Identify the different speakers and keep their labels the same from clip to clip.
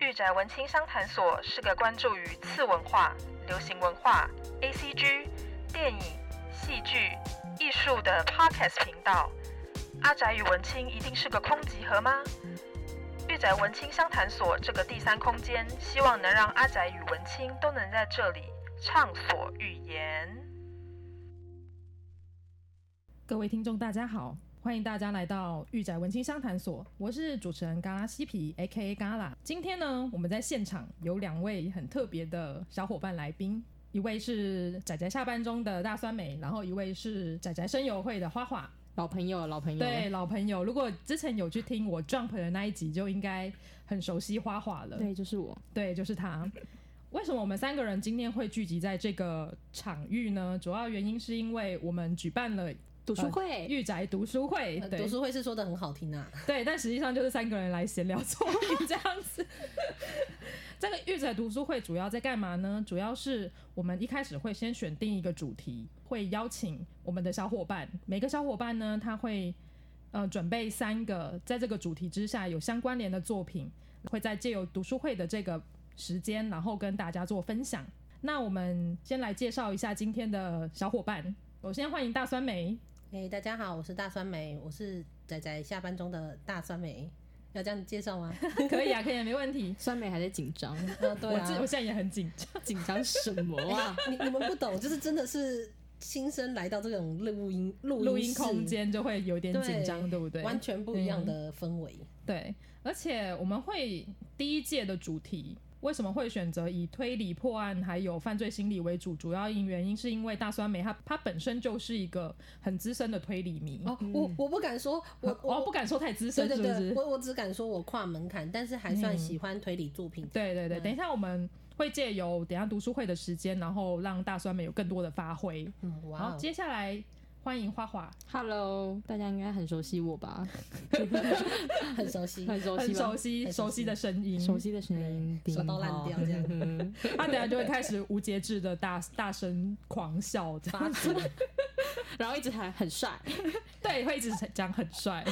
Speaker 1: 御宅文青商谈所是个关注于次文化、流行文化、A C G、电影、戏剧、艺术的 podcast 频道。阿宅与文青一定是个空集合吗？御宅文青商谈所这个第三空间，希望能让阿宅与文青都能在这里畅所欲言。
Speaker 2: 各位听众，大家好，欢迎大家来到御宅文青商谈所，我是主持人嘎拉西皮 （A K A 嘎啦）。今天呢，我们在现场有两位很特别的小伙伴来宾，一位是仔仔下班中的大酸梅，然后一位是仔仔生友会的花花。
Speaker 3: 老朋友，老朋友，
Speaker 2: 对，老朋友，如果之前有去听我 Jump 的那一集，就应该很熟悉花花了。
Speaker 3: 对，就是我。
Speaker 2: 对，就是他。为什么我们三个人今天会聚集在这个场域呢？主要原因是因为我们举办了呃
Speaker 3: 读书会，
Speaker 2: 御宅读书会，
Speaker 4: 呃
Speaker 2: 对
Speaker 4: 读书会是说的很好听啊，
Speaker 2: 对，但实际上就是三个人来闲聊作品这样 子。这个育仔读书会主要在干嘛呢？主要是我们一开始会先选定一个主题，会邀请我们的小伙伴，每个小伙伴呢，他会呃准备三个在这个主题之下有相关联的作品，会在借由读书会的这个时间，然后跟大家做分享。那我们先来介绍一下今天的小伙伴，首先欢迎大酸梅。
Speaker 4: 哎、大家好，我是大酸梅，我是仔仔下班中的大酸梅，要这样介 绍吗？
Speaker 2: 可以啊，可以、啊，没问题。
Speaker 3: 酸梅还在紧 张，
Speaker 4: 啊，对
Speaker 2: 我自
Speaker 4: 啊
Speaker 2: 我，现在也很紧张。
Speaker 3: 紧张什么 啊？
Speaker 4: 你你们不懂，就是真的是新生来到这种录音录
Speaker 2: 录
Speaker 4: 音
Speaker 2: 音
Speaker 4: 室
Speaker 2: 空，间就会有点紧张，对不对？嗯
Speaker 4: 完全不一样的氛围。
Speaker 2: 对，而且我们会第一届的主题为什么会选择以推理破案还有犯罪心理为主？主要因原因是因为大酸梅他他本身就是一个很资深的推理迷，
Speaker 4: 哦，我我不敢说，我
Speaker 2: 我
Speaker 4: 我
Speaker 2: 嗯哦不。敢说太资
Speaker 4: 对
Speaker 2: 深，
Speaker 4: 对
Speaker 2: 是不
Speaker 4: 对，
Speaker 2: 是？嗯
Speaker 4: 我我只敢说我跨门槛，但是还算喜欢推理作品。
Speaker 2: 对对对，等一下我们会借由等一下读书会的时间，然后让大酸梅有更多的发挥。
Speaker 4: 嗯，
Speaker 2: 然
Speaker 4: 哇
Speaker 2: 后
Speaker 4: 哦，
Speaker 2: 接下来欢迎花花，
Speaker 3: Hello，大家应该很熟悉我吧？
Speaker 4: 很熟悉，
Speaker 3: 很熟悉
Speaker 2: 很
Speaker 3: 吧？
Speaker 2: 熟悉
Speaker 4: 很
Speaker 2: 熟
Speaker 4: 熟
Speaker 2: 悉
Speaker 4: 悉
Speaker 2: 的声音，
Speaker 3: 熟悉的声音，
Speaker 4: 手到烂掉这样。
Speaker 2: 他等一下就会开始无节制的大大声狂笑，这样子，
Speaker 3: 然后一直还很帅。
Speaker 2: 对，会一直讲很 帅。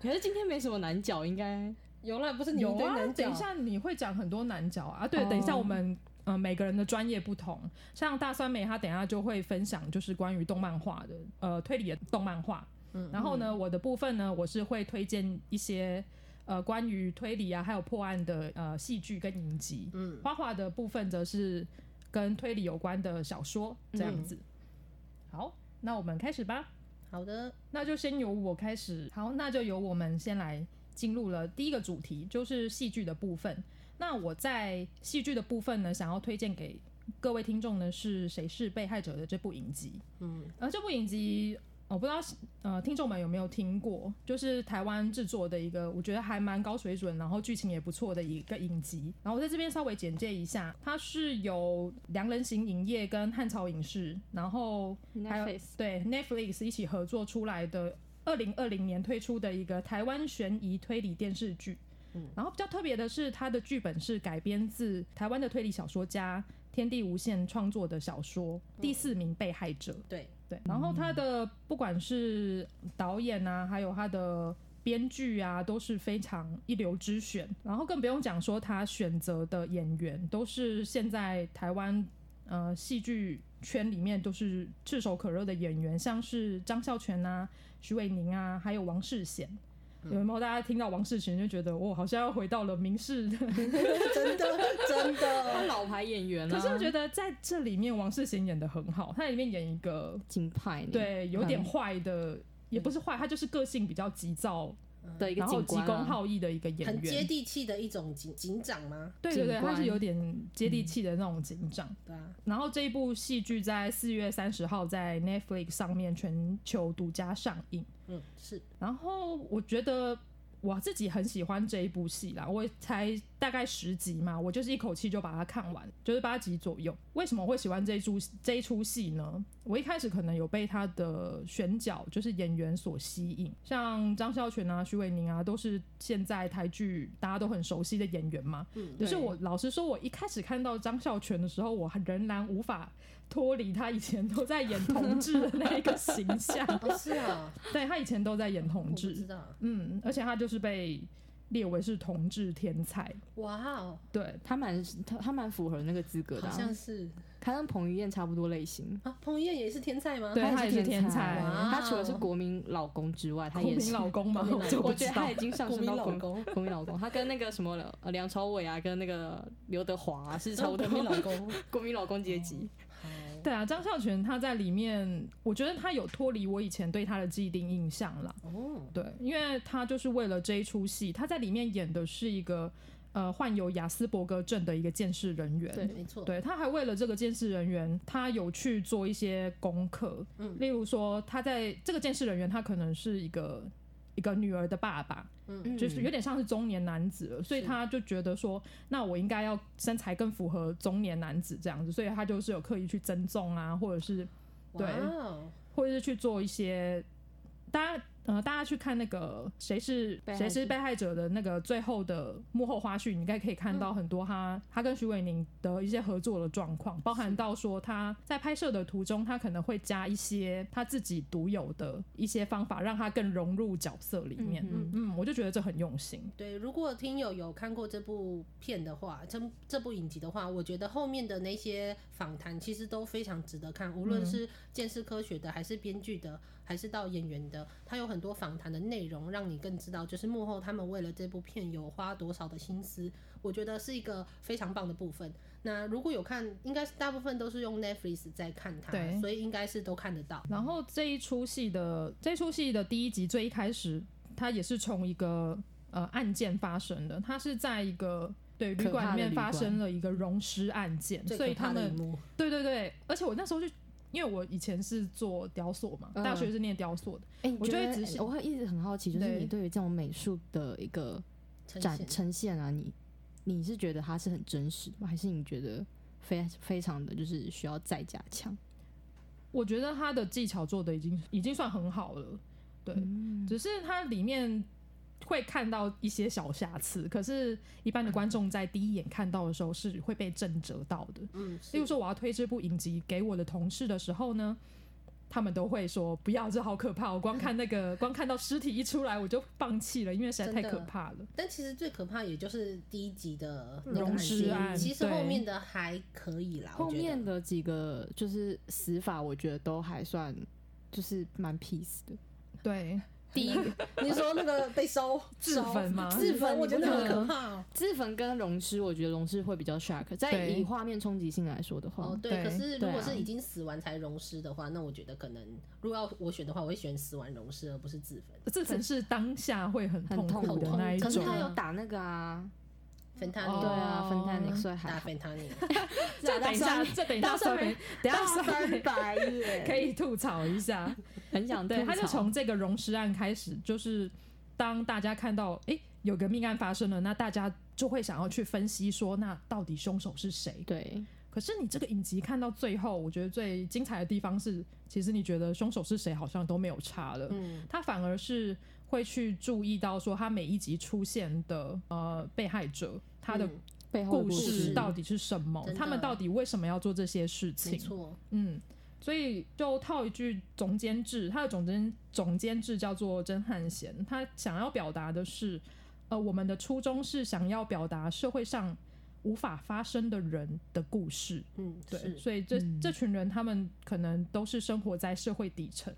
Speaker 3: 可是今天没什么难角，应该
Speaker 4: 有啦，不是你
Speaker 2: 有
Speaker 4: 一堆
Speaker 2: 啊，
Speaker 4: 男角
Speaker 2: 等一下你会讲很多男角啊，啊对，
Speaker 3: 哦
Speaker 2: 等一下我们。嗯、每个人的专业不同，像大酸梅，他等一下就会分享就是关于动漫画的，呃，推理的动漫画。
Speaker 4: 嗯
Speaker 2: 然后呢，我的部分呢，我是会推荐一些呃关于推理啊，还有破案的呃戏剧跟影集。
Speaker 4: 嗯，
Speaker 2: 花花的部分则是跟推理有关的小说这样子。
Speaker 4: 嗯
Speaker 2: 好，那我们开始吧。
Speaker 4: 好的，
Speaker 2: 那就先由我开始。好，那就由我们先来进入了第一个主题，就是戏剧的部分。那我在戏剧的部分呢，想要推荐给各位听众呢是《谁是被害者》的这部影集。
Speaker 4: 嗯，
Speaker 2: 呃，这部影集我不知道呃听众们有没有听过，就是台湾制作的一个，我觉得还蛮高水准，然后剧情也不错的一个影集。然后我在这边稍微简介一下，它是由良人行影业跟汉朝影视，然后还有
Speaker 3: Netflix
Speaker 2: 对 Netflix 一起合作出来的。二零二零年推出的一个台湾悬疑推理电视剧，然后比较特别的是，它的剧本是改编自台湾的推理小说家天地无限创作的小说《第四名被害者》。
Speaker 4: 对，
Speaker 2: 对，然后他的不管是导演啊，还有他的编剧啊，都是非常一流之选。然后更不用讲说他选择的演员都是现在台湾呃戏剧圈里面都是炙手可热的演员，像是张孝全啊、徐伟宁啊，还有王世贤。有没有大家听到王世贤就觉得我好像要回到了明世的
Speaker 4: 真的 真
Speaker 3: 他
Speaker 4: 的，
Speaker 3: 老牌演员啊。
Speaker 2: 可是我觉得在这里面王世贤演的很好，他在里面演一个
Speaker 3: 金派呢
Speaker 2: 对有
Speaker 3: 嗯
Speaker 2: 点坏的，也不是坏，他就是个性比较急躁，
Speaker 3: 的一个
Speaker 2: 然后
Speaker 3: 警
Speaker 2: 急
Speaker 3: 官
Speaker 2: 公
Speaker 3: 啊，
Speaker 2: 好义的一个演
Speaker 4: 很接
Speaker 2: 员。
Speaker 4: 地气的一种警警长吗？
Speaker 2: 对对对，他
Speaker 3: 警官
Speaker 2: 是有点接
Speaker 3: 嗯
Speaker 2: 地气的那种警长。
Speaker 4: 对啊，
Speaker 2: 然后这一部戏剧在四月三十号在 Netflix 上面全球独家上映。
Speaker 4: 嗯，是
Speaker 2: 然后我觉得我自己很喜欢这一部戏啦，我才大概十集嘛，我就是一口气就把它看完，就是八集左右。为什么会喜欢这一出这一出戏呢？我一开始可能有被他的选角，就是演员所吸引，像张孝全啊、徐伟宁啊，都是现在台剧大家都很熟悉的演员嘛。
Speaker 4: 嗯
Speaker 2: 可是
Speaker 3: 对
Speaker 2: 我老实说，我一开始看到张孝全的时候，我仍然无法脱离他以前都在演同志的那一个形象。
Speaker 4: 哦，是啊，
Speaker 2: 对他以前都在演
Speaker 4: 我
Speaker 2: 同
Speaker 4: 不知
Speaker 2: 志，
Speaker 4: 道，
Speaker 2: 嗯，而且他就是被列为是同志天才。
Speaker 4: 哇哦，
Speaker 2: 对，
Speaker 3: 他蛮他他蛮符合那个资格的
Speaker 4: 好
Speaker 3: 啊、
Speaker 4: 像是
Speaker 3: 他跟彭于晏差不多类型。
Speaker 4: 啊，彭于晏也是天才吗？
Speaker 2: 对
Speaker 3: 他
Speaker 2: 他也
Speaker 3: 是
Speaker 2: 是天才
Speaker 4: 哇
Speaker 3: 他除了是国民老公之外，他
Speaker 2: 国
Speaker 3: 也
Speaker 2: 民
Speaker 3: 是。
Speaker 2: 老公嘛，
Speaker 4: 国民
Speaker 2: 我
Speaker 4: 老
Speaker 2: 就
Speaker 4: 公
Speaker 2: 不
Speaker 3: 我
Speaker 2: 知
Speaker 3: 觉得
Speaker 2: 道
Speaker 3: 他已。经上
Speaker 4: 国
Speaker 3: 升
Speaker 4: 民
Speaker 3: 到
Speaker 4: 老
Speaker 3: 国
Speaker 4: 公，
Speaker 3: 国民老公，他跟那个什么呃梁朝伟啊，跟那个刘德华、啊是差
Speaker 4: 超
Speaker 3: 不多
Speaker 4: 国民老公，
Speaker 3: 国民老公阶级。
Speaker 4: 好
Speaker 2: 对啊，张孝全他在里面，我觉得他有脱离我以前对他的既定印象啦。
Speaker 4: 哦，
Speaker 2: 对，因为他就是为了这一出戏，他在里面演的是一个呃患有雅斯伯格症的一个监视人员。
Speaker 3: 对
Speaker 4: 没错，
Speaker 2: 对，他还为了这个监视人员，他有去做一些功课，
Speaker 4: 嗯
Speaker 2: 例如说，他在这个监视人员，他可能是一个一个女儿的爸爸，
Speaker 4: 嗯
Speaker 2: 就是有点像是中年男子了，所以
Speaker 4: 是
Speaker 2: 他就觉得说，那我应该要身材更符合中年男子这样子，所以他就是有刻意去增重啊，或者是对
Speaker 4: 哇哦，
Speaker 2: 或者是去做一些，大家呃，大家去看那个谁是
Speaker 3: 被害
Speaker 2: 谁是
Speaker 3: 者
Speaker 2: 被害者的那个最后的幕后花絮，你应该可以看到很多他、他跟徐伟宁的一些合作的状况，包含到说他在拍摄的途中，他可能会加一些他自己独有的一些方法，让他更融入角色里面。嗯
Speaker 3: 嗯
Speaker 2: 我就觉得这很用心。
Speaker 4: 对，如果听友有看过这部片的话，这这部影集的话，我觉得后面的那些访谈其实都非常值得看，无
Speaker 2: 嗯
Speaker 4: 论是见识科学的，还是编剧的，还是到演员的，它有很多访谈的内容，让你更知道就是幕后他们为了这部片有花多少的心思，我觉得是一个非常棒的部分。那如果有看，应该是大部分都是用 Netflix 在看它
Speaker 2: 对，
Speaker 4: 所以应该是都看得到。
Speaker 2: 然后这一出戏的这一出戏的第一集最一开始，它也是从一个呃案件发生的，它是在一个对旅
Speaker 3: 可怕
Speaker 2: 馆
Speaker 3: 的
Speaker 2: 里面
Speaker 3: 旅
Speaker 2: 发
Speaker 3: 馆
Speaker 2: 生了一个溶尸案件，
Speaker 4: 最
Speaker 2: 所以
Speaker 4: 可怕
Speaker 2: 他
Speaker 4: 的一
Speaker 2: 们
Speaker 4: 幕，
Speaker 2: 对对对，而且我那时候就因为我以前是做雕塑嘛，
Speaker 3: 嗯
Speaker 2: 大学是念雕塑的，
Speaker 3: 哎，你
Speaker 2: 我
Speaker 3: 觉
Speaker 2: 就会
Speaker 3: 得
Speaker 2: 仔细
Speaker 3: 我会一直很好奇，就是
Speaker 2: 对
Speaker 3: 你对于这种美术的一个
Speaker 4: 呈
Speaker 3: 展
Speaker 4: 现
Speaker 3: 呈现啊，你你是觉得它是很真实的吗？还是你觉得非非常的就是需要再加强？
Speaker 2: 我觉得他的技巧做的已经已经算很好了，对，
Speaker 3: 嗯
Speaker 2: 只是它里面会看到一些小瑕疵，可是一般的观众在第一眼看到的时候是会被震折到的。
Speaker 4: 嗯，
Speaker 2: 例
Speaker 4: 是
Speaker 2: 如说，我要推这部影集给我的同事的时候呢，他们都会说不要，这好可怕！我光看那个，光看到尸体一出来我就放弃了，因为实在太
Speaker 4: 真的
Speaker 2: 可怕了。
Speaker 4: 但其实最可怕也就是第一集的那个
Speaker 2: 溶
Speaker 4: 案
Speaker 2: 嗯尸
Speaker 4: 件
Speaker 2: 案
Speaker 4: 其实
Speaker 2: 对
Speaker 4: 后面的还可以啦，我
Speaker 3: 后
Speaker 4: 觉得
Speaker 3: 面的几个就是死法，我觉得都还算就是蛮 peace 的。
Speaker 2: 对，
Speaker 3: 第 一个
Speaker 4: 你说那个被烧
Speaker 2: 自焚吗
Speaker 4: 自
Speaker 3: 自焚
Speaker 4: 焚我觉得
Speaker 3: 你不觉
Speaker 4: 很
Speaker 3: 得
Speaker 4: 可怕哦。
Speaker 3: 自焚跟溶尸，我觉得溶尸会比较 shock。在
Speaker 2: 对
Speaker 3: 以画面冲击性来说的话，
Speaker 4: 哦，对，
Speaker 2: 对
Speaker 4: 可是
Speaker 3: 对
Speaker 4: 如
Speaker 3: 啊
Speaker 4: 果是已经死完才溶尸的话，那我觉得可能如果要我选的话，我会选死完溶尸，而不是自焚。
Speaker 2: 自焚是当下会很
Speaker 3: 很
Speaker 2: 痛
Speaker 3: 痛
Speaker 2: 苦
Speaker 3: 苦
Speaker 2: 的那一
Speaker 3: 可
Speaker 2: 种。
Speaker 3: 是他有打那个啊，
Speaker 4: 芬太
Speaker 2: 哦
Speaker 3: 对
Speaker 4: 尼
Speaker 3: 啊，芬太尼，所以还
Speaker 4: 打
Speaker 3: 好。
Speaker 4: 芬 太尼，
Speaker 2: 这等一下，这等一下
Speaker 3: 大
Speaker 2: 算
Speaker 3: 蒜
Speaker 2: 没，等一下算没。
Speaker 3: 白眼
Speaker 2: 可以吐槽一下，
Speaker 3: 很想
Speaker 2: 对，
Speaker 3: 吐
Speaker 2: 他就
Speaker 3: 槽
Speaker 2: 从这个溶尸案开始，就是当大家看到诶有个命案发生了，那大家就会想要去分析说，那到底凶手是谁？
Speaker 3: 对
Speaker 2: 可是你这个影集看到最后，我觉得最精彩的地方是，其实你觉得凶手是谁好像都没有差了，
Speaker 4: 嗯，
Speaker 2: 他反而是会去注意到说他每一集出现的呃被害者他的
Speaker 4: 嗯
Speaker 3: 背后的
Speaker 2: 故事
Speaker 4: 事
Speaker 2: 到底是什么，
Speaker 4: 真的
Speaker 2: 他们到底为什么要做这些事情？
Speaker 4: 没错，
Speaker 2: 嗯，所以就套一句总监制，他的总监总监制叫做曾汉贤，他想要表达的是，呃，我们的初衷是想要表达社会上无法发生的人的故事。
Speaker 4: 嗯，
Speaker 2: 对，
Speaker 4: 是
Speaker 2: 所以这、
Speaker 3: 嗯
Speaker 2: 这群人他们可能都是生活在社会底层，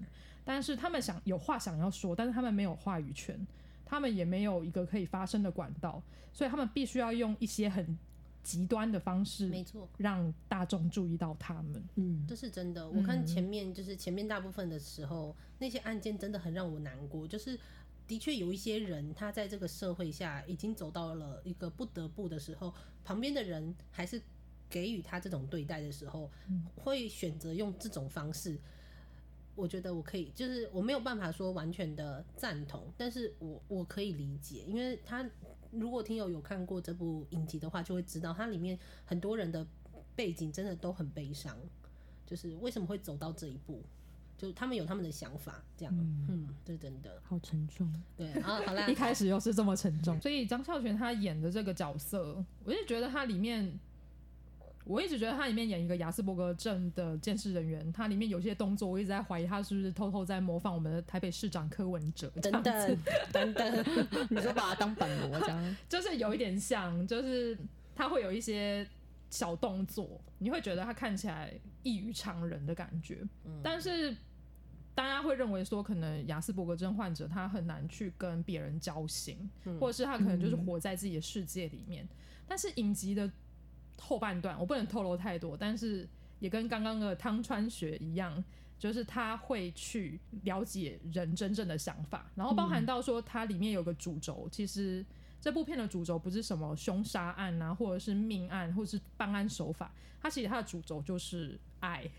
Speaker 2: 但是他们想有话想要说，但是他们没有话语权，他们也没有一个可以发声的管道，所以他们必须要用一些很极端的方式，
Speaker 4: 没错。
Speaker 2: 让大众注意到他们。
Speaker 3: 嗯
Speaker 4: 这是真的。我看
Speaker 2: 嗯
Speaker 4: 前面、就是前面大部分的时候，那些案件真的很让我难过，就是。的确有一些人，他在这个社会下已经走到了一个不得不的时候，旁边的人还是给予他这种对待的时候，会选择用这种方式。我觉得我可以，就是我没有办法说完全的赞同，但是我我可以理解，因为他如果听友有看过这部影集的话，就会知道它里面很多人的背景真的都很悲伤，就是为什么会走到这一步，就是他们有他们的想法，这样，
Speaker 3: 嗯
Speaker 4: 嗯，这是真的，
Speaker 3: 好沉重。
Speaker 4: 对啊，好 啦
Speaker 2: 一，开始又是这么沉重，所以张孝全他演的这个角色，我就觉得他里面我一直觉得他里面演一个雅斯伯格症的监视人员，他里面有些动作，我一直在怀疑他是不是偷偷在模仿我们的台北市长柯文哲，这
Speaker 4: 等
Speaker 2: 样子
Speaker 4: 等等等，
Speaker 3: 你说把它当板模这样，
Speaker 2: 就是有一点像，就是他会有一些小动作，你会觉得他看起来异于常人的感觉。但是大家会认为说，可能雅斯伯格症患者他很难去跟别人交心，
Speaker 4: 嗯
Speaker 2: 或者是他可能就是
Speaker 3: 嗯
Speaker 2: 活在自己的世界里面。但是影集的后半段，我不能透露太多，但是也跟刚刚的汤川学一样。就是他会去了解人真正的想法，然后包含到说它里面有个主轴，其实这部片的主轴不是什么凶杀案啊，或者是命案，或者是办案手法，它其实它的主轴就是爱，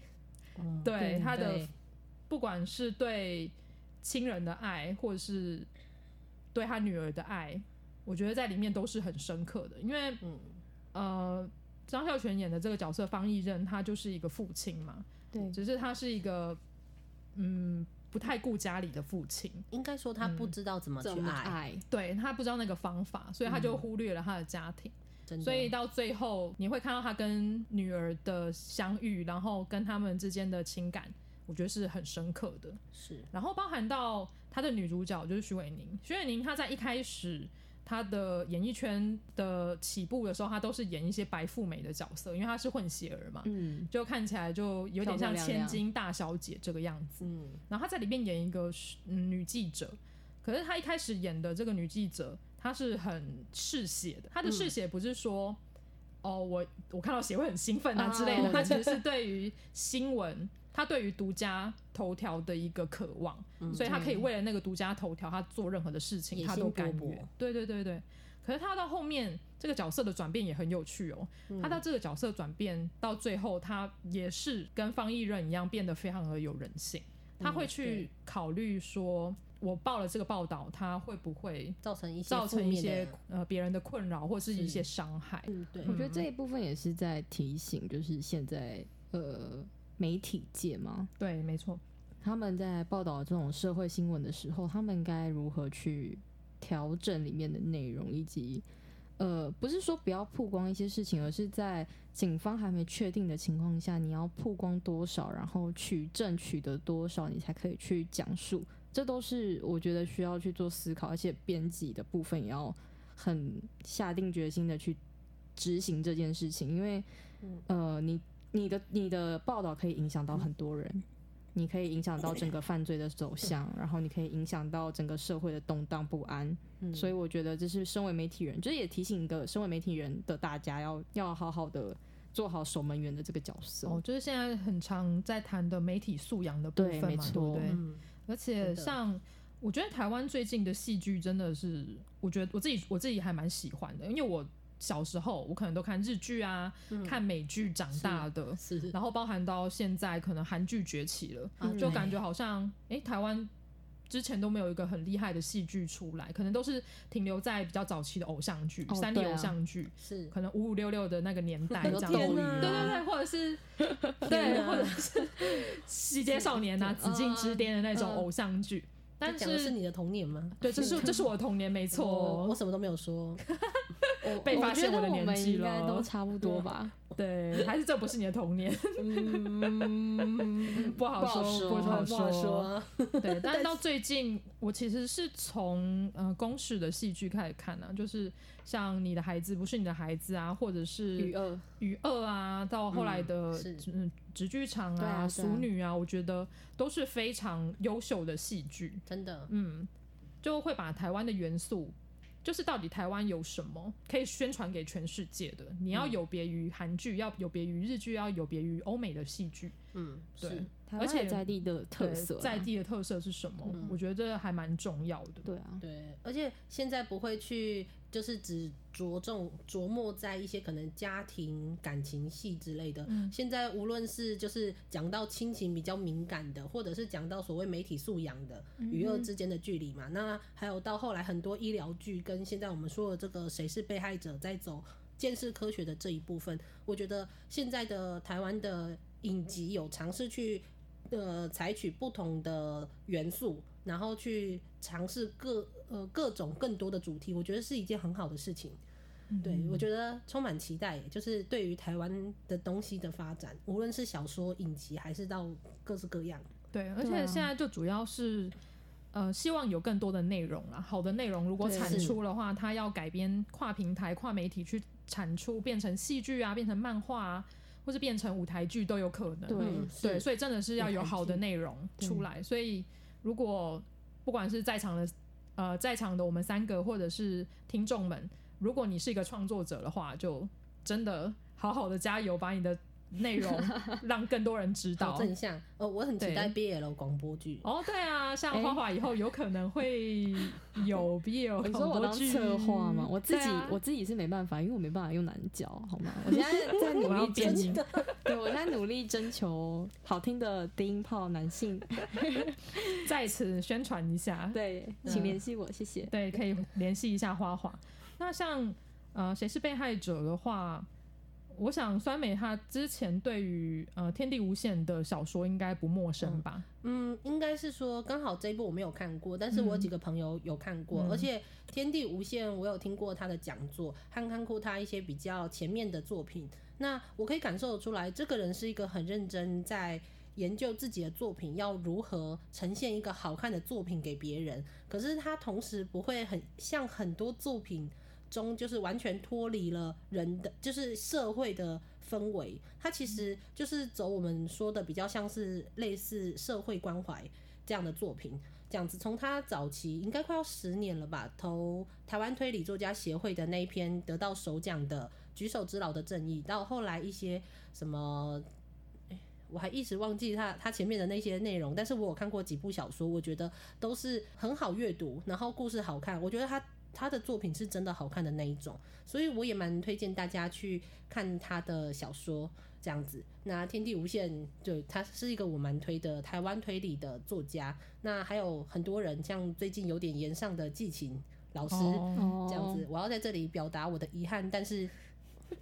Speaker 4: 嗯
Speaker 2: 对
Speaker 3: 对
Speaker 2: 他的
Speaker 3: 对
Speaker 2: 不管是对亲人的爱，或者是对他女儿的爱，我觉得在里面都是很深刻的。因为
Speaker 4: 嗯
Speaker 2: 呃，张孝全演的这个角色方逸任，他就是一个父亲嘛，
Speaker 3: 对
Speaker 2: 只是他是一个嗯不太顾家里的父亲，
Speaker 4: 应该说他
Speaker 2: 嗯
Speaker 4: 不知道怎么去
Speaker 3: 怎么
Speaker 4: 爱，
Speaker 3: 爱？
Speaker 2: 对他不知道那个方法，所以他就忽略了他的家庭。
Speaker 4: 真
Speaker 3: 嗯
Speaker 4: 的
Speaker 2: 所以到最后，你会看到他跟女儿的相遇，然后跟他们之间的情感，我觉得是很深刻的。
Speaker 4: 是
Speaker 2: 然后包含到他的女主角就是徐伟宁，徐伟宁她在一开始她的演艺圈的起步的时候，她都是演一些白富美的角色，因为她是混血儿嘛，
Speaker 3: 嗯，
Speaker 2: 就看起来就有点像千金大小姐这个样子。
Speaker 4: 嗯
Speaker 2: 然后她在里面演一个是、嗯女记者，可是她一开始演的这个女记者，她是很嗜血的，她
Speaker 4: 嗯
Speaker 2: 的嗜血不是说。哦，我我看到血会很兴奋啊
Speaker 3: 哦
Speaker 2: 之类的，她 其实是对于新闻，她对于独家头条的一个渴望，
Speaker 4: 嗯
Speaker 2: 所以她可以
Speaker 3: 对
Speaker 2: 为了那个独家头条，她做任何的事情，
Speaker 4: 野
Speaker 2: 她
Speaker 4: 心
Speaker 2: 都
Speaker 4: 勃
Speaker 2: 甘
Speaker 4: 勃
Speaker 2: 愿。对对对对，可是她到后面这个角色的转变也很有趣哦，
Speaker 4: 嗯
Speaker 2: 她到这个角色转变到最后，她也是跟方艺任一样变得非常的有人性，她
Speaker 4: 嗯
Speaker 2: 会去
Speaker 4: 对
Speaker 2: 考虑说，我报了这个报道，她会不会
Speaker 4: 造成一些
Speaker 2: 造
Speaker 4: 负
Speaker 2: 成一
Speaker 4: 面
Speaker 2: 些
Speaker 4: 的，
Speaker 2: 呃别人的困扰或是一
Speaker 4: 是
Speaker 2: 些伤害。
Speaker 4: 嗯对，
Speaker 3: 我觉得这一部分也是在提醒，就是现在呃媒体界嘛，
Speaker 2: 对，没错。
Speaker 3: 他们在报道这种社会新闻的时候，他们该如何去调整里面的内容，以及呃，不是说不要曝光一些事情，而是在警方还没确定的情况下，你要曝光多少，然后取证取得多少，你才可以去讲述。这都是我觉得需要去做思考，而且编辑的部分也要很下定决心的去执行这件事情，因为
Speaker 4: 嗯
Speaker 3: 呃，你你的你的报道可以影响到很多人，你可以影响到整个犯罪的走向，然后你可以影响到整个社会的动荡不安。
Speaker 4: 嗯
Speaker 3: 所以我觉得，这是身为媒体人，就是也提醒一个身为媒体人的大家要，要好好的做好守门员的这个角色。
Speaker 2: 哦，就是现在很常在谈的媒体素养的部
Speaker 3: 对
Speaker 2: 分嘛，
Speaker 3: 没
Speaker 2: 对不
Speaker 3: 错
Speaker 2: 对？
Speaker 4: 嗯
Speaker 2: 而且
Speaker 4: 真的
Speaker 2: 像我觉得台湾最近的戏剧真的是，我觉得我自己我自己还蛮喜欢的，因为我小时候我可能都看日剧啊，
Speaker 4: 嗯
Speaker 2: 看美剧长大的，
Speaker 4: 是
Speaker 2: 然后包含到现在可能韩剧崛起了，
Speaker 4: 啊
Speaker 2: 就
Speaker 4: 对
Speaker 2: 感觉好像诶，台湾。之前都没有一个很厉害的戏剧出来，可能都是停留在比较早期的偶像剧、
Speaker 3: 哦
Speaker 2: 三立
Speaker 3: 对
Speaker 2: 偶
Speaker 3: 啊
Speaker 2: 像剧，
Speaker 4: 是
Speaker 2: 可能五五六六的那个年代
Speaker 3: 很
Speaker 2: 这
Speaker 3: 多
Speaker 2: 样
Speaker 3: 斗
Speaker 2: 子
Speaker 3: 鱼
Speaker 4: 天哪
Speaker 2: 对对对，或者是
Speaker 4: 天
Speaker 2: 对，
Speaker 4: 哪
Speaker 2: 或者是《西街少年》啊，《
Speaker 3: 对
Speaker 2: 紫禁之巅》的那种
Speaker 3: 嗯嗯
Speaker 2: 偶像剧。但
Speaker 4: 这讲的是
Speaker 2: 是，
Speaker 4: 你的童年吗？
Speaker 2: 对，这 是这是我的童年，没错
Speaker 4: 我我
Speaker 2: 哦。
Speaker 4: 什么都没 有说，
Speaker 3: 我
Speaker 2: 被发现
Speaker 3: 我觉
Speaker 2: 我
Speaker 3: 得
Speaker 2: 的年
Speaker 3: 我们
Speaker 2: 纪
Speaker 3: 应该
Speaker 2: 了
Speaker 3: 都差不多吧。
Speaker 2: 对，还是这不是你的童年，
Speaker 4: 嗯，
Speaker 2: 不好说，
Speaker 3: 不
Speaker 2: 好
Speaker 3: 好
Speaker 4: 不好
Speaker 2: 说。
Speaker 4: 说，
Speaker 2: 对，但是到最近，我其实是从呃公式的戏剧开始看啊，就是像《你的孩子不是你的孩子》啊，或者是
Speaker 3: 余二
Speaker 2: 与恶啊，到后来的
Speaker 4: 嗯是
Speaker 2: 嗯直剧场
Speaker 3: 对啊对
Speaker 2: 啊、
Speaker 3: 啊
Speaker 2: 俗女啊，我觉得都是非常优秀的戏剧。
Speaker 4: 真的，
Speaker 2: 嗯，就会把台湾的元素，就是到底台湾有什么可以宣传给全世界的？你要
Speaker 4: 嗯
Speaker 2: 有别于韩剧，要有别于日剧，要有别于欧美的戏剧。
Speaker 4: 嗯，
Speaker 2: 对
Speaker 4: 是，
Speaker 3: 台
Speaker 2: 而
Speaker 3: 湾
Speaker 2: 且
Speaker 3: 有在地的特
Speaker 2: 对
Speaker 3: 色啦，啊
Speaker 2: 在地的特色是什么？
Speaker 4: 嗯
Speaker 2: 我觉得这还蛮重要的。
Speaker 3: 对啊，
Speaker 4: 对，而且现在不会去就是只着重琢磨在一些可能家庭感情戏之类的。
Speaker 2: 嗯
Speaker 4: 现在无论是就是讲到亲情比较敏感的，或者是讲到所谓媒体素养的与恶之间的距离嘛，那还有到后来很多医疗剧跟现在我们说的这个谁是被害者在走见识科学的这一部分，我觉得现在的台湾的影集有尝试去呃采取不同的元素，然后去尝试各呃各种更多的主题，我觉得是一件很好的事情。
Speaker 2: 嗯
Speaker 4: 对，我觉得充满期待，就是对于台湾的东西的发展，无论是小说、影集，还是到各式各样。
Speaker 2: 对，而且
Speaker 3: 对啊
Speaker 2: 现在就主要是。呃，希望有更多的内容啦。好的内容如果
Speaker 3: 对
Speaker 2: 产
Speaker 4: 是
Speaker 2: 出的话，它要改编跨平台、跨媒体去产出，变成戏剧啊，变成漫画啊，或是变成舞台剧都有可能。
Speaker 3: 对
Speaker 4: 嗯
Speaker 2: 对，
Speaker 4: 是
Speaker 2: 所以真的是要有好的内容
Speaker 3: 对
Speaker 2: 出来。所以如果不管是在场的呃在场的我们三个，或者是听众们，如果你是一个创作者的话，就真的好好的加油，把你的内 容让更多人知
Speaker 4: 好
Speaker 2: 道。
Speaker 4: 正向哦，我很期待 BL 广播剧。
Speaker 2: 哦，对啊，像
Speaker 3: 哎
Speaker 2: 花花以后有可能会有 BL
Speaker 3: 你说
Speaker 2: 广
Speaker 3: 我
Speaker 2: 播
Speaker 3: 当
Speaker 2: 剧
Speaker 3: 策划吗？我自己、
Speaker 2: 对啊
Speaker 3: 我自己是没办法，因为我没办法用男角，好 吗？我现在在
Speaker 2: 我
Speaker 3: 努
Speaker 2: 们要
Speaker 3: 力
Speaker 2: 变
Speaker 3: 征
Speaker 2: 音
Speaker 3: 求，对我现在努力征求好听的低音炮男性，
Speaker 2: 啊在此宣传一下，
Speaker 3: 对，
Speaker 4: 嗯
Speaker 3: 请联系我，谢谢。
Speaker 2: 对，可以联系一下花花。那像呃，谁是被害者的话，我想酸美她之前对于呃《天地无限》的小说应该不陌生吧？
Speaker 4: 嗯，应该是说刚好这一部我没有看过，但是我有几个朋友有看过，
Speaker 2: 嗯
Speaker 4: 而且《天地无限》我有听过他的讲座，和看过他一些比较前面的作品。那我可以感受得出来，这个人是一个很认真在研究自己的作品要如何呈现一个好看的作品给别人，可是他同时不会很像很多作品中就是完全脱离了人的，就是社会的氛围。它其实就是走我们说的比较像是类似社会关怀这样的作品，这样子。从他早期应该快要十年了吧，投台湾推理作家协会的那一篇得到首奖的《举手之劳的正义》，到后来一些什么。哎我还一直忘记他他前面的那些内容，但是我有看过几部小说，我觉得都是很好阅读，然后故事好看，我觉得他他的作品是真的好看的那一种，所以我也蛮推荐大家去看他的小说这样子。那天地无限就他是一个我蛮推的台湾推理的作家，那还有很多人像最近有点延上的季琴老师、嗯
Speaker 2: 哦，
Speaker 3: 哦
Speaker 4: 这样子，，我要在这里表达我的遗憾，但是。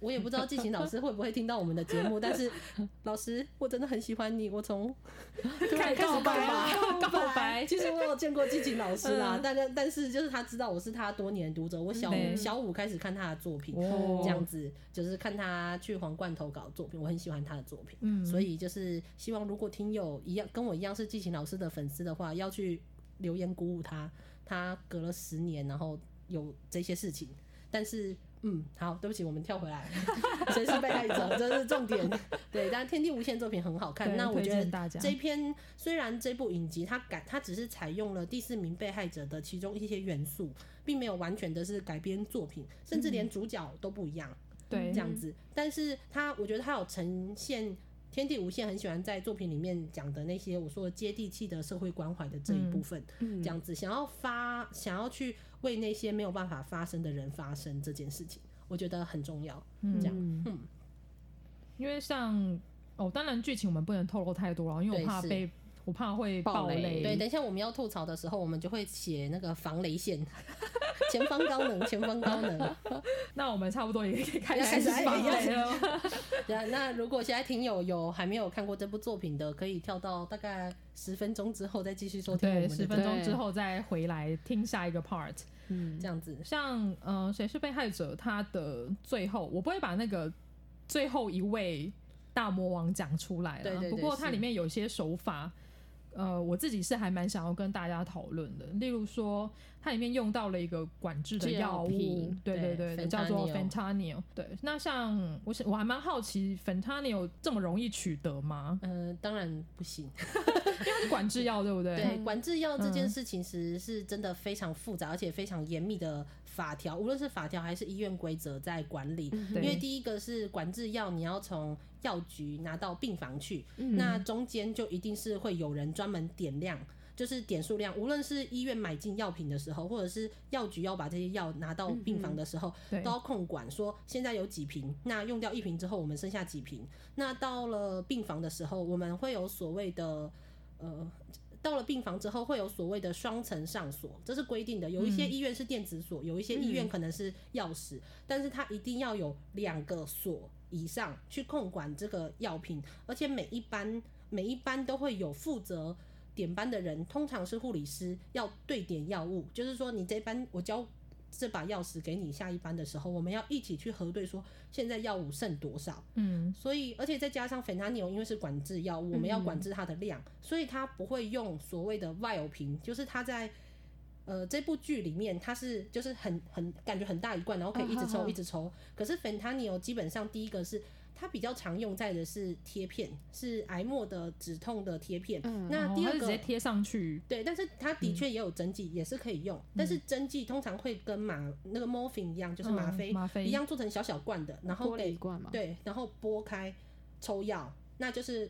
Speaker 4: 我也不知道季琴老师会不会听到我们的节目，但是老师，我真的很喜欢你。我从
Speaker 2: 哦开
Speaker 4: 告白
Speaker 2: 吧，告白，
Speaker 4: 其实我有见过季琴老师啦
Speaker 2: 嗯，
Speaker 4: 但但但是就是他知道我是他多年读者，我小
Speaker 2: 嗯
Speaker 4: 五小五开始看他的作品，
Speaker 2: 哦
Speaker 4: 这样子就是看他去皇冠投稿作品，我很喜欢他的作品，
Speaker 2: 嗯
Speaker 4: 所以就是希望如果听友一样跟我一样是季琴老师的粉丝的话，要去留言鼓舞他，他隔了十年，然后有这些事情，但是。嗯，好，对不起，我们跳回来， 谁是被害者？这是重点。对，但《天地无限》作品很好看，
Speaker 2: 对
Speaker 4: 那我
Speaker 2: 推
Speaker 4: 觉得
Speaker 2: 荐大家
Speaker 4: 这篇虽然这部影集它改，它只是采用了第四名被害者的其中一些元素，并没有完全的是改编作品，甚至连主角都不一样、
Speaker 2: 对
Speaker 3: 嗯
Speaker 4: 这，样子。但是它，我觉得它有呈现天地无限很喜欢在作品里面讲的那些我说接地气的社会关怀的这一部分，
Speaker 3: 嗯
Speaker 4: 这样子想要发，想要去为那些没有办法发声的人发声这件事情，我觉得很重要。
Speaker 2: 嗯
Speaker 4: 这样
Speaker 3: 嗯
Speaker 4: 嗯，
Speaker 2: 因为像哦，当然剧情我们不能透露太多了，因为我
Speaker 4: 对
Speaker 2: 怕
Speaker 4: 是
Speaker 2: 被我怕会
Speaker 3: 爆
Speaker 2: 爆
Speaker 3: 雷
Speaker 2: 雷，
Speaker 4: 对，等一下我们要吐槽的时候，我们就会写那个防雷线， 前方高能，前方高能。
Speaker 2: 那我们差不多也可以开
Speaker 4: 要开
Speaker 2: 始
Speaker 4: 始哎
Speaker 2: 爆
Speaker 4: 要
Speaker 2: 雷了。
Speaker 4: 对啊，那如果现在听友有还没有看过这部作品的，可以跳到大概十分钟之后再继续收听我
Speaker 2: 对，
Speaker 4: 们
Speaker 2: 十
Speaker 4: 的。
Speaker 2: 分钟
Speaker 3: 对
Speaker 2: 之后再回来听下一个 part。
Speaker 3: 嗯
Speaker 4: 这样子，
Speaker 2: 像呃，谁是被害者？他的最后，我不会把那个最后一位大魔王讲出来了。
Speaker 4: 对对对
Speaker 2: 不过它
Speaker 4: 是
Speaker 2: 里面有些手法，呃，我自己是还蛮想要跟大家讨论的。例如说，它里面用到了一个管制的药物
Speaker 3: GLP，
Speaker 2: 对对对，
Speaker 4: 对
Speaker 2: 叫做
Speaker 4: fentanyl
Speaker 2: fentanyl。对，那像我想我还蛮好奇，fentanyl 这么容易取得吗？
Speaker 4: 呃，当然不行。
Speaker 2: 因为它是管制药，对不对？
Speaker 4: 对，管制药这件事情其实是真的非常复
Speaker 2: 嗯
Speaker 4: 杂，而且非常严密的法条，无论是法条还是医院规则在管理。
Speaker 2: 对
Speaker 4: 因为第一个是管制药，你要从药局拿到病房去，
Speaker 3: 嗯
Speaker 4: 那中间就一定是会有人专门点量，就是点数量。无论是医院买进药品的时候，或者是药局要把这些药拿到病房的时候，
Speaker 2: 对
Speaker 4: 都要控管，说现在有几瓶，那用掉一瓶之后，我们剩下几瓶。那到了病房的时候，我们会有所谓的呃。到了病房之后，会有所谓的双层上锁，这是规定的。有一些医院是电子锁，有一些医院可能是钥匙，但是它一定要有两个锁以上去控管这个药品，而且每一班每一班都会有负责点班的人，通常是护理师，要对点药物，就是说你这班我交这把钥匙给你下一班的时候，我们要一起去核对说现在药物剩多少。
Speaker 2: 嗯
Speaker 4: 所以，而且再加上 fentanyl，因为是管制药物，我们要管制它的量，所以它不会用所谓的 vial 瓶，就是它在呃这部剧里面，它是就是很很感觉很大一罐，然后可以一
Speaker 2: 嗯
Speaker 4: 直抽、
Speaker 3: 哦好好
Speaker 4: 一直抽。可是 fentanyl 基本上第一个是它比较常用在的是贴片，是癌末的止痛的贴片。
Speaker 3: 嗯
Speaker 4: 那
Speaker 2: 哦
Speaker 4: 第
Speaker 2: 它
Speaker 4: 二
Speaker 2: 就
Speaker 4: 个、
Speaker 2: 直接贴嗯上去，
Speaker 4: 对，但是它的确也有针剂，也是可以用，但是针剂通常会跟吗那个 morphine 一样，就是吗
Speaker 2: 嗯
Speaker 4: 啡、
Speaker 2: 吗啡
Speaker 4: 一样做成小小罐的，然后
Speaker 3: 玻
Speaker 4: 给
Speaker 3: 璃罐嘛，，
Speaker 4: 对，然后剥开抽药，那就是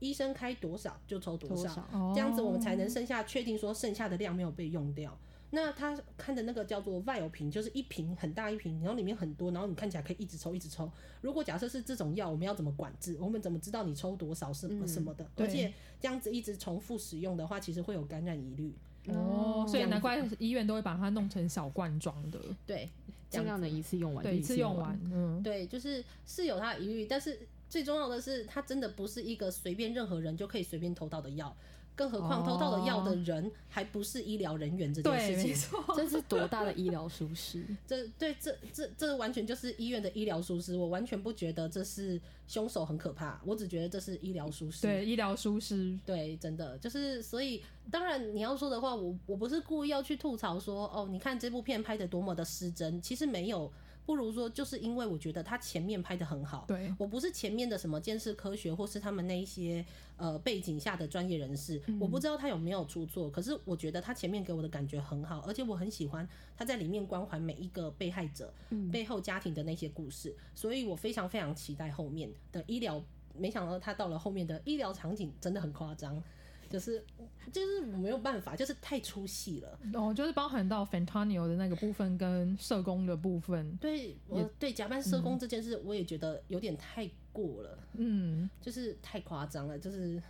Speaker 4: 医生开多少就抽多
Speaker 3: 多
Speaker 4: 少，
Speaker 3: 少？哦
Speaker 2: 这
Speaker 4: 这样子我们才能剩下确定说剩下的量没有被用掉。那他看的那个叫做外油瓶，就是一瓶很大一瓶，然后里面很多，然后你看起来可以一直抽一直抽。如果假设是这种药，我们要怎么管制？我们怎么知道你抽多少什么
Speaker 3: 嗯
Speaker 4: 什么的？
Speaker 2: 对
Speaker 4: 而且这样子一直重复使用的话，其实会有感染疑虑。
Speaker 3: 嗯
Speaker 2: 哦，所以
Speaker 4: 这样
Speaker 2: 难怪医院都会把它弄成小罐装的，
Speaker 4: 对，这
Speaker 3: 尽量
Speaker 4: 样
Speaker 3: 的一次用完，
Speaker 2: 对，一次用完
Speaker 3: 完。，
Speaker 2: 嗯，
Speaker 4: 对，就是是有它的疑虑，但是最重要的是，它真的不是一个随便任何人就可以随便偷到的药，更何况偷到的药的人还不是医疗人员这
Speaker 2: 哦对，
Speaker 4: 件事
Speaker 2: 没
Speaker 4: 情。
Speaker 2: 错，
Speaker 3: 这是多大的医疗舒适？
Speaker 4: 这对这这这完全就是医院的医疗疏失，我完全不觉得这是凶手很可怕，我只觉得这是医疗疏 失。
Speaker 2: 对，医疗疏失，
Speaker 4: 对，真的就是，所以当然你要说的话，我我不是故意要去吐槽说，哦，你看这部片拍的多么的失真，其实没有，不如说就是因为我觉得它前面拍的很好，
Speaker 2: 对，
Speaker 4: 我不是前面的什么监视科学，或是他们那一些呃背景下的专业人士，我不知道他有没有出错。可是我觉得他前面给我的感觉很好，而且我很喜欢他在里面关怀每一个被害者、
Speaker 3: 嗯
Speaker 4: 背后家庭的那些故事，所以我非常非常期待后面的医疗。没想到他到了后面的医疗场景真的很夸张，就是就是我没有办法，就是太出戏了。
Speaker 2: 哦，就是包含到 fentanyl 的那个部分跟社工的部分，
Speaker 4: 对，我对假扮社工这件事，我也觉得有点太过了。
Speaker 2: 嗯，
Speaker 4: 就是太夸张了，就是，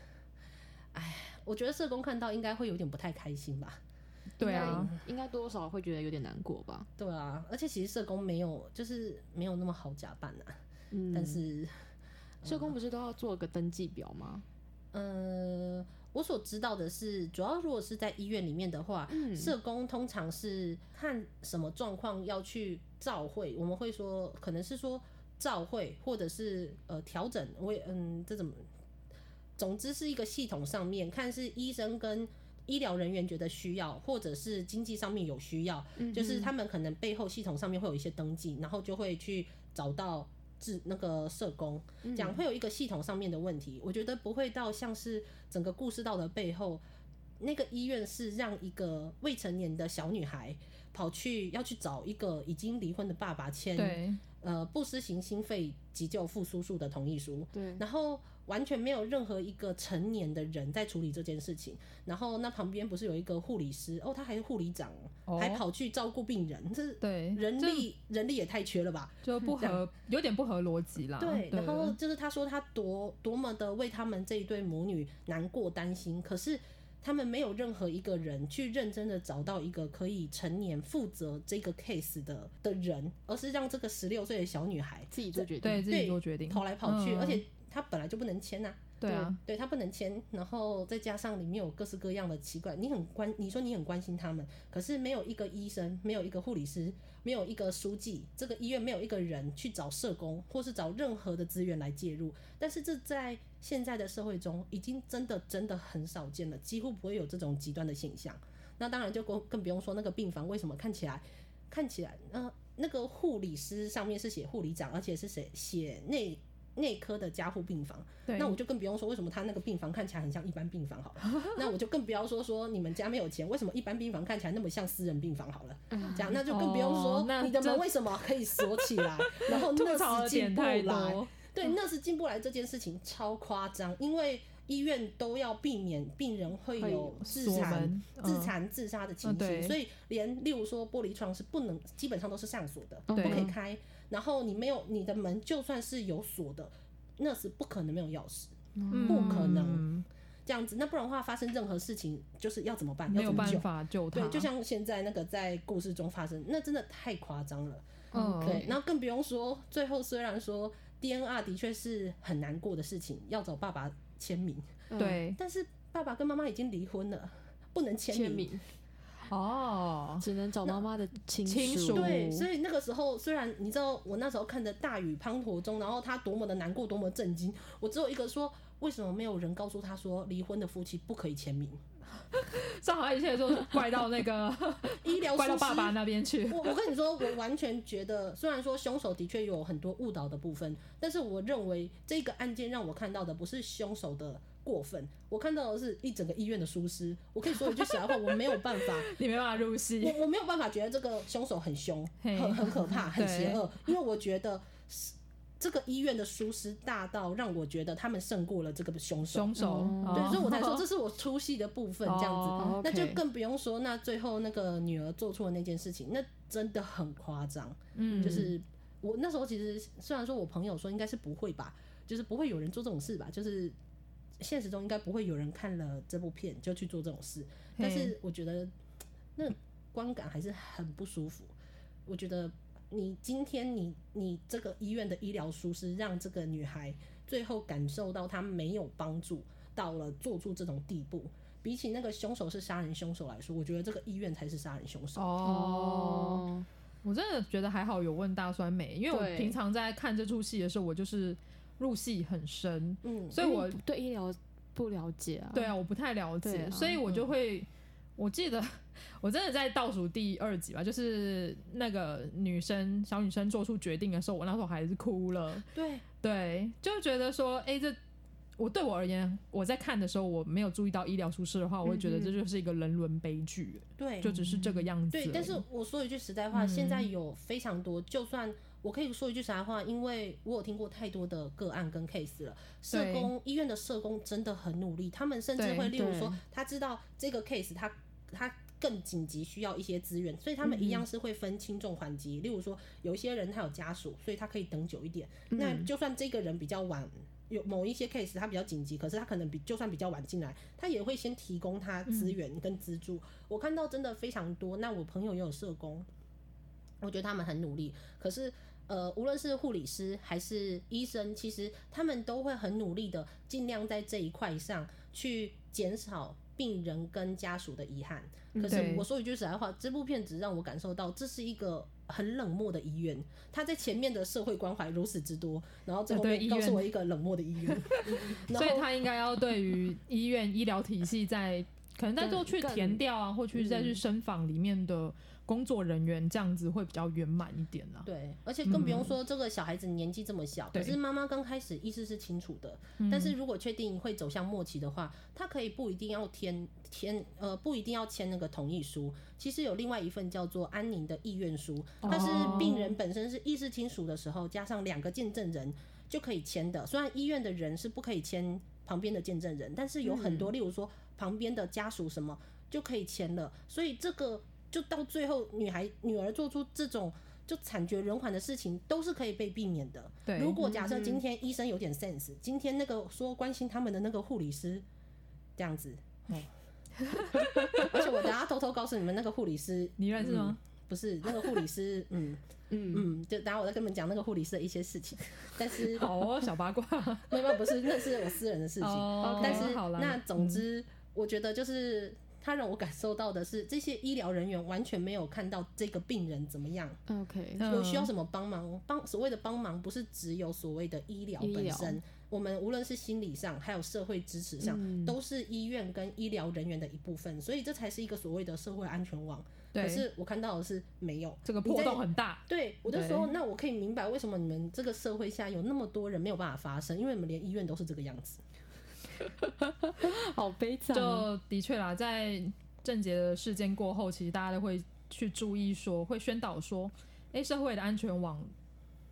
Speaker 4: 哎，我觉得社工看到应该会有点不太开心吧？
Speaker 2: 对啊，
Speaker 3: 应该，应该多少会觉得有点难过吧。
Speaker 4: 对啊，而且其实社工没有，就是没有那么好假扮啊。
Speaker 3: 嗯，
Speaker 4: 但是，
Speaker 3: 社工不是都要做个登记表吗？
Speaker 4: 呃，我所知道的是，主要如果是在医院里面的话，
Speaker 3: 嗯
Speaker 4: 社工通常是看什么状况要去照会，我们会说可能是说照会，或者是呃调整，我也嗯这怎么？总之是一个系统上面，看是医生跟医疗人员觉得需要，或者是经济上面有需要，就是他们可能背后系统上面会有一些登记，然后就会去找到治那个社工，这样会有一个系统上面的问题。我觉得不会到像是整个故事到的背后，那个医院是让一个未成年的小女孩跑去要去找一个已经离婚的爸爸签
Speaker 2: 对，
Speaker 4: 呃不施行心肺急救复苏术的同意书，
Speaker 3: 对，
Speaker 4: 然后完全没有任何一个成年的人在处理这件事情。然后那旁边不是有一个护理师哦，他还是护理长哦，
Speaker 2: 哦
Speaker 4: 还跑去照顾病人，这是
Speaker 2: 对，
Speaker 4: 人
Speaker 2: 就
Speaker 4: 力人力也太缺了吧？
Speaker 2: 就不
Speaker 4: 这样
Speaker 2: 合，有点不合逻辑啦，
Speaker 4: 对，然后
Speaker 2: 啊对
Speaker 4: 就是他说他多多么的为他们这一对母女难过担心，可是他们没有任何一个人去认真的找到一个可以成年负责这个 case 的的人，而是让这个十六岁的小女孩
Speaker 3: 自己做决定。
Speaker 2: 对自己
Speaker 4: 对
Speaker 2: 做决定，
Speaker 4: 跑来跑去，
Speaker 2: 嗯
Speaker 4: 而且她本来就不能签呐、
Speaker 2: 对啊，
Speaker 4: 对她不能签，然后再加上里面有各式各样的奇怪，你很关，你说你很关心他们，可是没有一个医生，没有一个护理师，没有一个书记，这个医院没有一个人去找社工，或是找任何的资源来介入。但是这在现在的社会中，已经真的真的很少见了，几乎不会有这种极端的现象。那当然就更更不用说那个病房为什么看起来看起来，呃，那个护理师上面是写护理长，而且是写写内内科的加护病房。
Speaker 2: 对，
Speaker 4: 那我就更不用说为什么他那个病房看起来很像一般病房好了，那我就更不要说说你们家没有钱，为什么一般病房看起来那么像私人病房好了，
Speaker 3: 嗯
Speaker 4: 这样那就更不用
Speaker 2: 啊哦
Speaker 4: 说
Speaker 2: 那
Speaker 4: 你的门
Speaker 2: 这
Speaker 4: 为什么可以锁起来，然后
Speaker 2: 吐槽
Speaker 4: 那
Speaker 2: 的
Speaker 4: 是进
Speaker 2: 点
Speaker 4: 不
Speaker 2: 太
Speaker 4: 来，
Speaker 2: 多，
Speaker 4: 对，那是进不来这件事情超夸张，因为医院都要避免病人会
Speaker 3: 会
Speaker 4: 有
Speaker 3: 有
Speaker 4: 自
Speaker 2: 锁
Speaker 4: 残、
Speaker 2: 门
Speaker 4: 自
Speaker 2: 嗯
Speaker 4: 残、自杀的情
Speaker 2: 嗯对
Speaker 4: 形，所以连例如说玻璃窗是不能，基本上都是上锁的，
Speaker 3: 嗯
Speaker 4: 不可以
Speaker 2: 对
Speaker 4: 开。然后你没有你的门，就算是有锁的，那是不可能没有钥匙，
Speaker 2: 嗯
Speaker 4: 不可能这样子。那不然的话，发生任何事情就是要怎么办？
Speaker 2: 没
Speaker 4: 要
Speaker 2: 有
Speaker 4: 怎么
Speaker 2: 办
Speaker 4: 救？
Speaker 2: 法救他，
Speaker 4: 对，就像现在那个在故事中发生，那真的太夸张了。
Speaker 2: 嗯
Speaker 4: 对，然后更不用说最后虽然说 DNR 啊的确是很难过的事情，要找爸爸签名，
Speaker 3: 嗯，
Speaker 2: 对
Speaker 4: 但是爸爸跟妈妈已经离婚了，不能签
Speaker 3: 签名，
Speaker 2: 哦，
Speaker 3: 只能找妈妈的亲
Speaker 2: 亲属
Speaker 4: 对，
Speaker 2: 哦
Speaker 4: 所以那个时候虽然你知道我那时候看着大雨滂沱中，然后他多么的难过，多么震惊，我只有一个说，为什么没有人告诉他说离婚的夫妻不可以签名？
Speaker 2: 这好像一切都怪到那个
Speaker 4: 医疗
Speaker 2: 怪
Speaker 4: 疏
Speaker 2: 到
Speaker 4: 失
Speaker 2: 爸爸那边去。
Speaker 4: 我我跟你说，我完全觉得，虽然说凶手的确有很多误导的部分，但是我认为这个案件让我看到的不是凶手的过分，我看到的是一整个医院的疏失。我可以说一句实在话，我没有办 法，
Speaker 2: 你没办法入
Speaker 4: 我
Speaker 2: 戏，
Speaker 4: 我没有办法觉得这个凶手很凶、
Speaker 2: 嘿
Speaker 4: 很很可怕、很邪
Speaker 2: 对
Speaker 4: 恶，因为我觉得是这个医院的疏失大到让我觉得他们胜过了这个凶手。
Speaker 2: 凶手
Speaker 3: 哦，
Speaker 4: 对，所以我才说
Speaker 2: 哦
Speaker 4: 这是我出戏的部分，这样 子。
Speaker 2: 哦
Speaker 4: 那就
Speaker 3: OK
Speaker 4: 更不用说，那最后那个女儿做出的那件事情，那真的很夸张。
Speaker 2: 嗯
Speaker 4: 就是我那时候其实虽然说我朋友说应该是不会吧，就是不会有人做这种事吧，就是现实中应该不会有人看了这部片就去做这种事，但是我觉得那观感还是很不舒服。我觉得你今天你你这个医院的医疗疏失，让这个女孩最后感受到她没有帮助，到了做出这种地步。比起那个凶手是杀人凶手来说，我觉得这个医院才是杀人凶手。
Speaker 2: 哦，
Speaker 3: 哦，
Speaker 2: 我真的觉得还好有问大酸梅，因为我
Speaker 3: 对
Speaker 2: 平常在看这出戏的时候，我就是入戏很深，
Speaker 4: 嗯，
Speaker 2: 所以我
Speaker 3: 因为你对医疗不了解啊，
Speaker 2: 对啊，我不太了
Speaker 3: 对
Speaker 2: 解，
Speaker 3: 啊
Speaker 2: 所以我就会，我记得 我真的在倒数第二集吧，就是那个女生小女生做出决定的时候，我那时候还是哭了，
Speaker 4: 对，
Speaker 2: 对，就觉得说，哎、这我对我而言，我在看的时候我没有注意到医疗疏失的话，我会觉得
Speaker 3: 嗯嗯
Speaker 2: 这就是一个人伦悲剧，
Speaker 4: 对，
Speaker 2: 就只是这个样子而已。
Speaker 4: 对，但是我说一句实在话，
Speaker 2: 嗯
Speaker 4: 现在有非常多，就算我可以说一句实在话，因为我有听过太多的个案跟 case 了。社
Speaker 2: 对
Speaker 4: 工医院的社工真的很努力，他们甚至
Speaker 2: 对
Speaker 4: 会，例如
Speaker 3: 对
Speaker 4: 说，他知道这个 case 他他更紧急需要一些资源，所以他
Speaker 2: 嗯
Speaker 4: 们一样是会分轻重缓急。例如说，有一些人他有家属，所以他可以等久一点。那就算这个人比较晚。有某一些 case，他比较紧急，可是他可能比就算比较晚进来，他也会先提供他资源跟资助。我看到真的非常多。那我朋友也有社工，我觉得他们很努力。可是，呃，无论是护理师还是医生，其实他们都会很努力的，尽量在这一块上去减少病人跟家属的遗憾。可是
Speaker 2: 对
Speaker 4: 我说一句实在话，这部片只让我感受到这是一个很冷漠的医院，他在前面的社会关怀如此之多，然后最后
Speaker 2: 呃对
Speaker 4: 面
Speaker 2: 医
Speaker 4: 告诉
Speaker 2: 院
Speaker 4: 我一个冷漠的医 院，然
Speaker 2: 所以
Speaker 4: 后
Speaker 2: 他应该要对 于医院医疗体系在可能在做去
Speaker 3: 更
Speaker 2: 填调啊，或去再
Speaker 4: 嗯
Speaker 2: 去深访里面的工作人员，这样子会比较圆满一点啊。
Speaker 4: 对，而且更不用说这个小孩子年纪这么小，
Speaker 2: 对
Speaker 4: 可是妈妈刚开始意识是清楚的，
Speaker 2: 嗯
Speaker 4: 但是如果确定会走向末期的话，他可以不一定要填填呃不一定要签那个同意书，其实有另外一份叫做安宁的意愿书，它是
Speaker 2: 哦
Speaker 4: 病人本身是意识清楚的时候，加上两个见证人就可以签的。虽然医院的人是不可以签旁边的见证人，但是有很
Speaker 2: 嗯
Speaker 4: 多，例如说旁边的家属什么就可以签了，所以这个就到最后，女孩女儿做出这种。就惨绝人寰的事情都是可以被避免的。
Speaker 2: 对嗯
Speaker 4: 如果假设今天医生有点 sense，、今天那个说关心他们的那个护理师这样子，哎 而且我等下偷偷告诉你们，那个护理师
Speaker 2: 你认识吗？
Speaker 4: 不是那个护理师，嗯
Speaker 3: 嗯，
Speaker 4: 嗯，就等下我再跟你们讲那个护理师的一些事情，但是
Speaker 2: 好哦，小八 卦
Speaker 4: 没有没有不是，那是我私人的事情。
Speaker 2: 哦，
Speaker 4: 但是
Speaker 2: 好啦，
Speaker 4: 那总
Speaker 2: 嗯
Speaker 4: 之，我觉得就是他让我感受到的是，这些医疗人员完全没有看到这个病人怎么样，
Speaker 3: OK，
Speaker 2: 嗯
Speaker 4: 有需要什么帮忙。帮所谓的帮忙，不是只有所谓的医疗
Speaker 3: 医
Speaker 4: 本
Speaker 3: 疗
Speaker 4: 身，我们无论是心理上，还有社会支持上，
Speaker 3: 嗯
Speaker 4: 都是医院跟医疗人员的一部分，所以这才是一个所谓的社会安全网。可
Speaker 2: 嗯对
Speaker 4: 是我看到的是没有
Speaker 2: 这个
Speaker 4: 你
Speaker 2: 破
Speaker 4: 在
Speaker 2: 洞很大，
Speaker 4: 对，我就说，
Speaker 2: 对
Speaker 4: 那我可以明白为什么你们这个社会下有那么多人没有办法发声，因为你们连医院都是这个样子。
Speaker 3: 好悲惨哦，
Speaker 4: 啊
Speaker 2: 就的确啦，在郑杰的事件过后，其实大家都会去注意说，会宣导说，哎、社会的安全网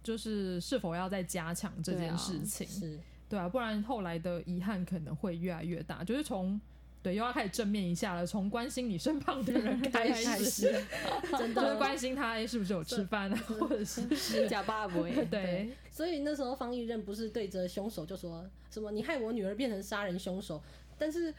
Speaker 2: 就是是否要再加强这
Speaker 3: 对
Speaker 2: 件
Speaker 3: 啊
Speaker 2: 事情，
Speaker 4: 是，
Speaker 2: 对啊，不然后来的遗憾可能会越来越大，就是从。对，又要开始正面一下了，从关心你身旁的人开
Speaker 4: 开
Speaker 2: 始，
Speaker 4: 始，真
Speaker 2: 就是
Speaker 4: 的
Speaker 2: 关心他诶是不是有吃饭啊，或者是
Speaker 3: 就 假爸爸
Speaker 2: 对，
Speaker 4: 所以那时候方一任不是对着凶手就说什么“你害我女儿变成杀人凶手”，但是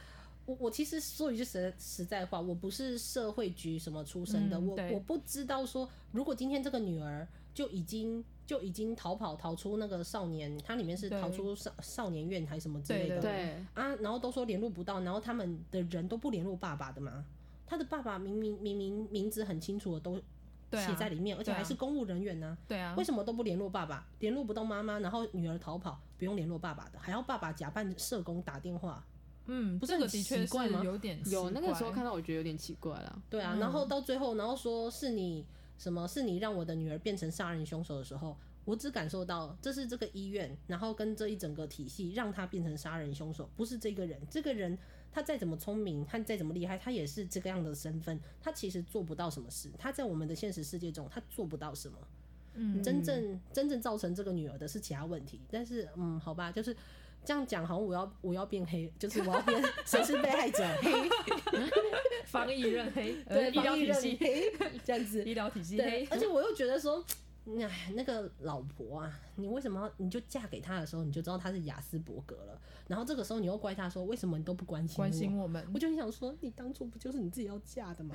Speaker 4: 我我其实说一句实实在话，我不是社会局什么出身的，
Speaker 2: 嗯
Speaker 4: 我
Speaker 2: 对
Speaker 4: 我不知道说，如果今天这个女儿就已经就已经逃跑逃出那个少年，它里面是
Speaker 2: 对
Speaker 4: 逃出少少年院还是什么之类的，
Speaker 2: 对
Speaker 3: 对，
Speaker 4: 啊，然后都说联络不到，然后他们的人都不联络爸爸的吗？他的爸爸明明明明名字很清楚的都
Speaker 2: 对啊
Speaker 4: 写在里面，而且
Speaker 2: 对啊
Speaker 4: 还是公务人员呢、
Speaker 2: 对啊
Speaker 4: 为，什么都不联络爸爸？联络不到妈妈，然后女儿逃跑，不用联络爸爸的，还要爸爸假扮社工打电话。
Speaker 2: 嗯，
Speaker 4: 不是
Speaker 2: 这个的
Speaker 4: 很奇
Speaker 2: 确
Speaker 4: 怪
Speaker 2: 是
Speaker 4: 吗
Speaker 2: 有点
Speaker 3: 有
Speaker 2: 奇
Speaker 3: 那个时候
Speaker 2: 怪
Speaker 3: 看到，我觉得有点奇怪啦。
Speaker 4: 对啊，然后到最后，然后说是你什么？是你让我的女儿变成杀人凶手的时候，我只感受到这是这个医院，然后跟这一整个体系让他变成杀人凶手，不是这个人。这个人他再怎么聪明，他再怎么厉害，他也是这个样的身份，他其实做不到什么事。他在我们的现实世界中，他做不到什么。
Speaker 2: 嗯，
Speaker 4: 真正真正造成这个女儿的是其他问题，但是嗯，好吧，就是这样讲，好像我要我要变黑，就是我要变 谁是被害者黑，
Speaker 2: 防疫认黑，呃
Speaker 4: 对，
Speaker 2: 医疗
Speaker 4: 防疫
Speaker 2: 体
Speaker 4: 人
Speaker 2: 系，
Speaker 4: 黑这样 子，
Speaker 2: 医疗体系
Speaker 4: 对
Speaker 2: 黑，，
Speaker 4: 而且我又觉得说，哎，那个老婆啊，你为什么要你就嫁给他的时候，你就知道他是雅斯伯格了，然后这个时候你又怪他说，为什么你都不关心
Speaker 2: 关心
Speaker 4: 我？
Speaker 2: 我们
Speaker 4: 我，就很想说，你当初不就是你自己要嫁 的吗？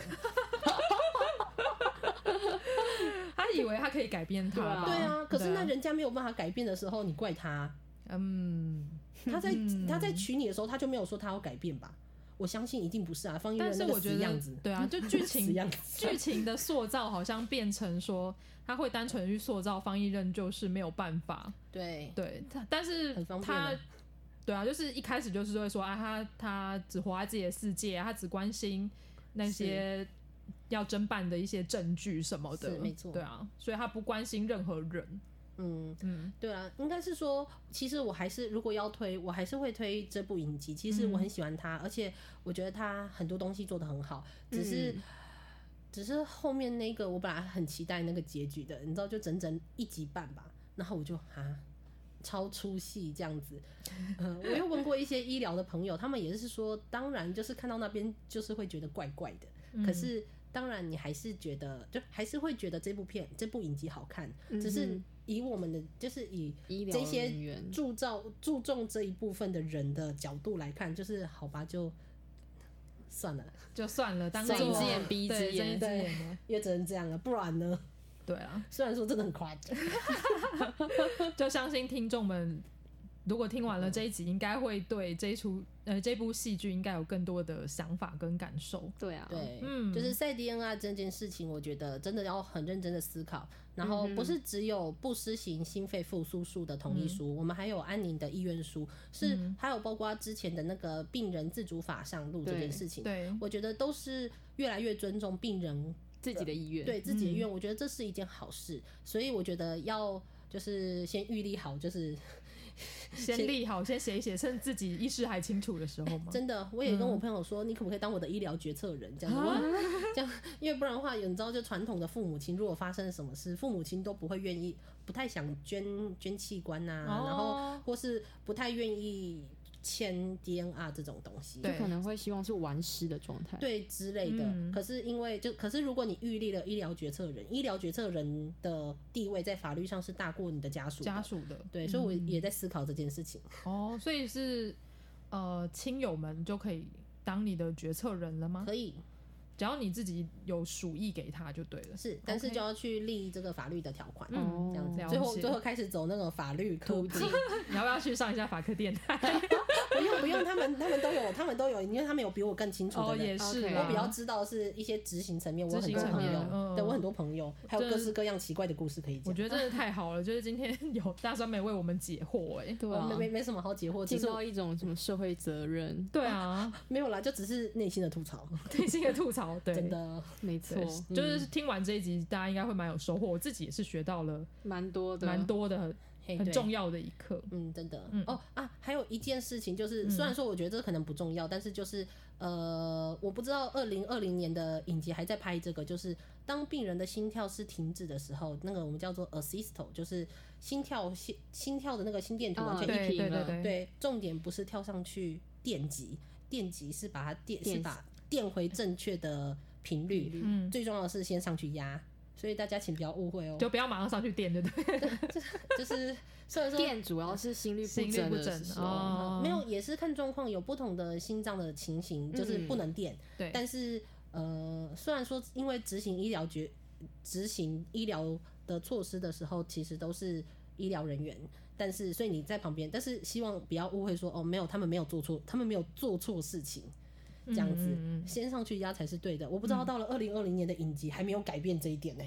Speaker 2: 他以为他可以改变他
Speaker 3: 对啊
Speaker 2: 吧，
Speaker 4: 对啊，可是
Speaker 2: 对
Speaker 4: 那人家没有办法改变的时候，你怪他、
Speaker 2: 嗯。
Speaker 4: 他在他在娶你的时候，他就没有说他要改变吧？我相信一定不是啊，方一
Speaker 2: 但
Speaker 4: 人
Speaker 2: 是
Speaker 4: 那
Speaker 2: 我
Speaker 4: 个
Speaker 2: 觉
Speaker 4: 死
Speaker 2: 得，
Speaker 4: 样子，
Speaker 2: 对啊，就剧
Speaker 4: 死
Speaker 2: 情
Speaker 4: 样子，
Speaker 2: 剧情的塑造好像变成说，他会单纯去塑造方一任就是没有办法，
Speaker 4: 对
Speaker 2: 对，他但是
Speaker 4: 很方便
Speaker 2: 他
Speaker 4: 啊。
Speaker 2: 对啊，就是一开始就是会说啊，他他只活在自己的世界，啊他只关心那些要侦办的一些证据什么的，
Speaker 4: 是没错
Speaker 2: 对啊，所以他不关心任何人，
Speaker 4: 嗯，
Speaker 2: 嗯，
Speaker 4: 对啊，应该是说，其实我还是如果要推，我还是会推这部影集。其实我很喜欢它，而且我觉得它很多东西做得很好，只是。
Speaker 3: 嗯
Speaker 4: 只是后面那个，我本来很期待那个结局的，你知道，就整整一集半吧。然后我就啊，超出戏这样子。呃，我又问过一些医疗的朋友，他们也是说，当然就是看到那边就是会觉得怪怪的，
Speaker 2: 嗯
Speaker 4: 可是当然你还是觉得，就还是会觉得这部片这部影集好看，只是
Speaker 3: 嗯
Speaker 4: 以我们的就是以
Speaker 3: 医疗
Speaker 4: 这些
Speaker 3: 人员
Speaker 4: 注照注重这一部分的人的角度来看，就是好吧，就算了，
Speaker 2: 就算了，当做
Speaker 3: 睁一只眼闭一只
Speaker 2: 对睁
Speaker 3: 眼
Speaker 2: 一只
Speaker 4: 对
Speaker 2: 眼啊了，
Speaker 4: 也只能这样了，不然呢？
Speaker 2: 对啊，
Speaker 4: 虽然说真的很夸张，
Speaker 2: 就相信听众们，如果听完了这一集，应该会对这一出呃这部戏剧应该有更多的想法跟感受。
Speaker 3: 对啊，
Speaker 4: 对，
Speaker 2: 嗯
Speaker 4: 就是赛 DNA 这件事情，我觉得真的要很认真的思考。然
Speaker 3: 嗯
Speaker 4: 后
Speaker 3: 哼
Speaker 4: 不是只有不施行心肺复苏术的同意书，我们还有安宁的意愿书，是、
Speaker 2: 嗯
Speaker 4: 还有包括之前的那个病人自主法上路这
Speaker 3: 对
Speaker 4: 件事情，
Speaker 2: 对，
Speaker 4: 我觉得都是越来越尊重病人
Speaker 3: 自己的意愿，
Speaker 4: 对自己的
Speaker 2: 嗯
Speaker 4: 愿，我觉得这是一件好事，所以我觉得要就是先预立好，就是
Speaker 2: 先立好，先写一写，趁自己意识还清楚的时候嘛。
Speaker 4: 真的，我也跟我
Speaker 2: 嗯
Speaker 4: 朋友说，你可不可以当我的医疗决策人这样子？
Speaker 2: 啊
Speaker 4: 我 这样，因为不然的话，你知道，就传统的父母亲如果发生了什么事，父母亲都不会愿意，不太想捐捐器官呐、
Speaker 2: 哦
Speaker 4: 然后或是不太愿意签 DNR 这种东西。
Speaker 2: 对
Speaker 3: 就可能会希望是完失的状态。
Speaker 4: 对之类的。
Speaker 2: 嗯
Speaker 4: 可是因为就可是如果你预立了医疗决策人，医疗决策人的地位在法律上是大过你的家属的
Speaker 2: 家属的，
Speaker 4: 对，所以我
Speaker 2: 嗯
Speaker 4: 也在思考这件事情。
Speaker 2: 哦，所以是呃，亲友们就可以当你的决策人了吗？
Speaker 4: 可以
Speaker 2: 只要你自己有鼠疫给他就对了。
Speaker 4: 是，但是
Speaker 2: OK 哦
Speaker 4: 就要去立这个法律的条款，
Speaker 3: 嗯
Speaker 4: 这样子
Speaker 2: 了。
Speaker 4: 最后
Speaker 2: 解
Speaker 4: 最后开始走那个法律科
Speaker 3: 途
Speaker 4: 普，
Speaker 3: 径
Speaker 2: 你要不要去上一下法科电台？
Speaker 4: 不用不用，他们他们都有，他们都有，因为他们有比我更清 楚
Speaker 2: 哦，
Speaker 4: 的
Speaker 2: 也
Speaker 4: 人。
Speaker 2: 是
Speaker 3: OK
Speaker 2: 啦，
Speaker 4: 我比较知道是一些执行层面，我有
Speaker 2: 执
Speaker 4: 很
Speaker 2: 行
Speaker 4: 多
Speaker 3: 层
Speaker 4: 朋
Speaker 3: 面
Speaker 4: 友，
Speaker 2: 嗯
Speaker 4: 对我很多朋友，还有
Speaker 2: 真
Speaker 4: 各
Speaker 2: 的
Speaker 4: 式各样奇怪的故事可以
Speaker 2: 我
Speaker 4: 讲。
Speaker 2: 觉得真的太好了，就是今天有大专没为我们解惑哎、
Speaker 3: 对
Speaker 4: 哦
Speaker 3: 啊
Speaker 4: 没，没没什么好解惑，只
Speaker 3: 尽
Speaker 4: 是
Speaker 3: 到一种什么社会责任，
Speaker 2: 对啊，
Speaker 4: 没有啦，就只是内心的吐槽，
Speaker 2: 内心的吐槽，对，
Speaker 4: 真的。嗯
Speaker 3: 没错
Speaker 2: 对，，就是听完这一集，大家应该会蛮有收获。我自己也是学到了
Speaker 3: 蛮多的，
Speaker 2: 蛮多的、
Speaker 4: 嘿
Speaker 2: 很
Speaker 4: 对
Speaker 2: 重要的一课。
Speaker 4: 嗯，真的。
Speaker 2: 嗯
Speaker 4: 哦啊，还有一件事情就是，虽然说我觉得这可能不重要，但是就是呃，我不知道二零二零年的影集还在拍这个，就是当病人的心跳是停止的时候，那个我们叫做 assisto，就是心跳心心跳的那个心电图完
Speaker 3: 哦
Speaker 4: 全一、啊
Speaker 2: 对
Speaker 3: 批
Speaker 2: 对对
Speaker 3: 了
Speaker 2: 对，
Speaker 4: 对，重点不是跳上去电极，电极是把它电
Speaker 3: 电
Speaker 4: 是把电回正确的频率，
Speaker 2: 嗯，
Speaker 4: 最重要的是先上去压。所以大家请不要误会哦，
Speaker 2: 就不要马上上去电，对不对？
Speaker 4: 就是虽然说
Speaker 3: 电主要是心律
Speaker 2: 心律
Speaker 3: 整
Speaker 2: 不
Speaker 3: 的
Speaker 2: 整
Speaker 3: 时候，
Speaker 2: 哦，嗯
Speaker 4: 哦没有，也是看状况，有不同的心脏的情形，就是不能电。
Speaker 2: 对
Speaker 4: 但是呃，虽然说因为执行医疗决执行医疗的措施的时候，其实都是医疗人员，但是所以你在旁边，但是希望不要误会说哦，没有，他们没有做错，他们没有做错事情。这样子，
Speaker 2: 嗯嗯嗯嗯
Speaker 4: 先上去压才是对的。我不知道到了二零二零年的影集还没有改变这一点呢、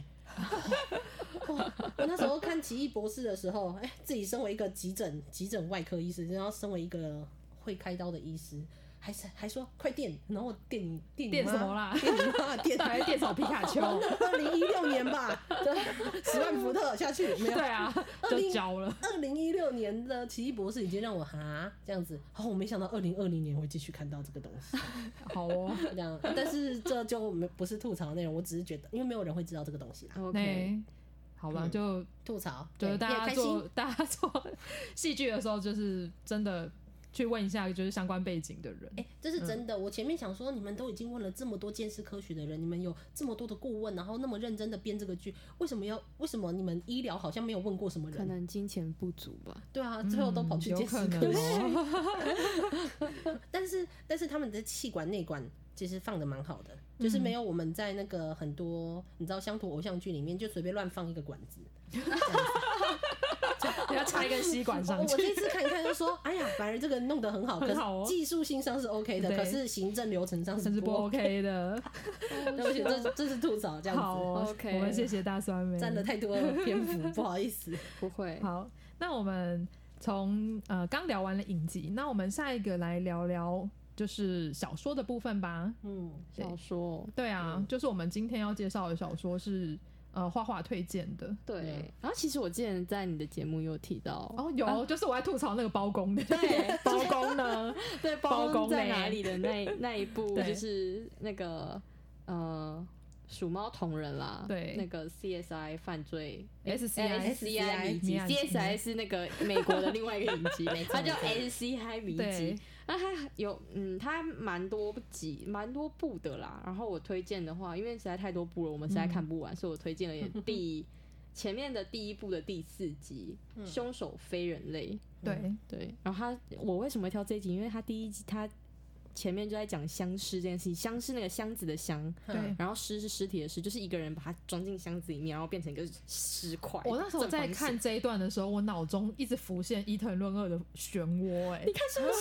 Speaker 4: 哇 我那时候看《奇异博士》的时候，哎、自己身为一个急诊急诊外科医师，然后身为一个会开刀的医师，还是还说快电，然后我电你电你
Speaker 2: 电
Speaker 4: 妈
Speaker 2: 什么啦
Speaker 4: 电你妈电
Speaker 2: 还电扫皮卡 丘，
Speaker 4: 二零一六年吧，对，十万伏特下去没有
Speaker 2: 对？ 啊，就交了。
Speaker 4: 二零一六年的《奇异博士》已经让我哈这样子，哦，我没想到二零二零年会继续看到这个东西，
Speaker 2: 好 哦，
Speaker 4: 这样，但是这就没不是吐槽的内容，我只是觉得，因为没有人会知道这个东西啦，
Speaker 3: OK，
Speaker 2: 那哎好吧，
Speaker 4: 嗯
Speaker 2: 就
Speaker 4: 吐槽，
Speaker 2: 就是
Speaker 4: 对
Speaker 2: 大
Speaker 4: 也
Speaker 2: 家
Speaker 4: 开心，
Speaker 2: 做 大家做戏剧的时候，就是真的去问一下，就是相关背景的人。
Speaker 4: 哎、这
Speaker 2: 嗯
Speaker 4: 是真的。我前面想说，你们都已经问了这么多见识科学的人，你们有这么多的顾问，然后那么认真的编这个剧，为什么要？为什么你们医疗好像没有问过什么
Speaker 3: 可
Speaker 4: 人？
Speaker 3: 能金钱不足吧。
Speaker 4: 对啊，最后都跑去
Speaker 2: 嗯
Speaker 4: 见
Speaker 2: 有
Speaker 4: 识
Speaker 2: 可能
Speaker 4: 科学。
Speaker 2: 哦，
Speaker 4: 但是但是他们的气管内管其实放的蛮好的，就是
Speaker 2: 嗯
Speaker 4: 没有我们在那个很多你知道乡土偶像剧里面就随便乱放一个管 子。
Speaker 2: 你要插一根吸管
Speaker 4: 我
Speaker 2: 上
Speaker 4: 我这
Speaker 2: 去。
Speaker 4: 次看一看就说，哎呀，反而这个弄得很好，可
Speaker 2: 很好哦
Speaker 4: 是技术性上是 OK 的，
Speaker 2: 对
Speaker 4: 可是行政流程上
Speaker 2: 甚
Speaker 4: 是
Speaker 2: 至不
Speaker 4: 不 OK。
Speaker 2: OK 的，
Speaker 3: 哦
Speaker 4: 对不起，这这是吐槽 这样
Speaker 2: 好
Speaker 4: 子，
Speaker 2: 哦
Speaker 3: OK
Speaker 2: 我们谢谢大酸梅，
Speaker 4: 占了太多的篇幅，不好 意思。
Speaker 3: 不会，
Speaker 2: 好，那我们从呃刚聊完了影集，那我们下一个来聊聊就是小说的部分吧。
Speaker 4: 嗯，
Speaker 3: 小说
Speaker 2: 对啊，
Speaker 4: 嗯
Speaker 2: 就是我们今天要介绍的小说是呃画画推荐的。
Speaker 3: 对。然后其实我之前在你的节目有提到，
Speaker 2: 哦，有，
Speaker 4: 啊
Speaker 2: 就是我在吐槽那个包公的，
Speaker 3: 对
Speaker 2: 包公 呢，
Speaker 3: 对
Speaker 2: 包
Speaker 3: 包公
Speaker 2: 公
Speaker 3: 在
Speaker 2: 嘞
Speaker 3: 哪里的那一那一部，
Speaker 2: 对
Speaker 3: 就是那个呃鼠猫同人啦，
Speaker 2: 对哎
Speaker 3: 那个 CSI 犯罪
Speaker 2: SCI
Speaker 3: SCI 迷集
Speaker 2: 迷集
Speaker 3: ，CSI 是那个美国的另外一个影集，
Speaker 4: 没错
Speaker 3: 它叫
Speaker 4: 没
Speaker 3: SCI 迷
Speaker 2: 对
Speaker 4: 嗯
Speaker 3: 集。那它有嗯，它蛮多集、蛮多部的啦。然后我推荐的话，因为实在太多部了，我们实在看不完，所以我推荐了也第前面的第一部的第四集《凶手非人类》。
Speaker 2: 对，
Speaker 3: 对，然后他我为什么会挑这一集？因为他第一集他前面就在讲相尸这件事情，相是那个箱子的箱，
Speaker 2: 对
Speaker 3: 然后尸是尸体的尸，就是一个人把它装进箱子里面，然后变成一个尸块。
Speaker 2: 我那时候
Speaker 3: 正
Speaker 2: 在
Speaker 3: 方形
Speaker 2: 看，这一段的时候，我脑中一直浮现伊藤润二的漩涡、哎
Speaker 3: 你，看是不是？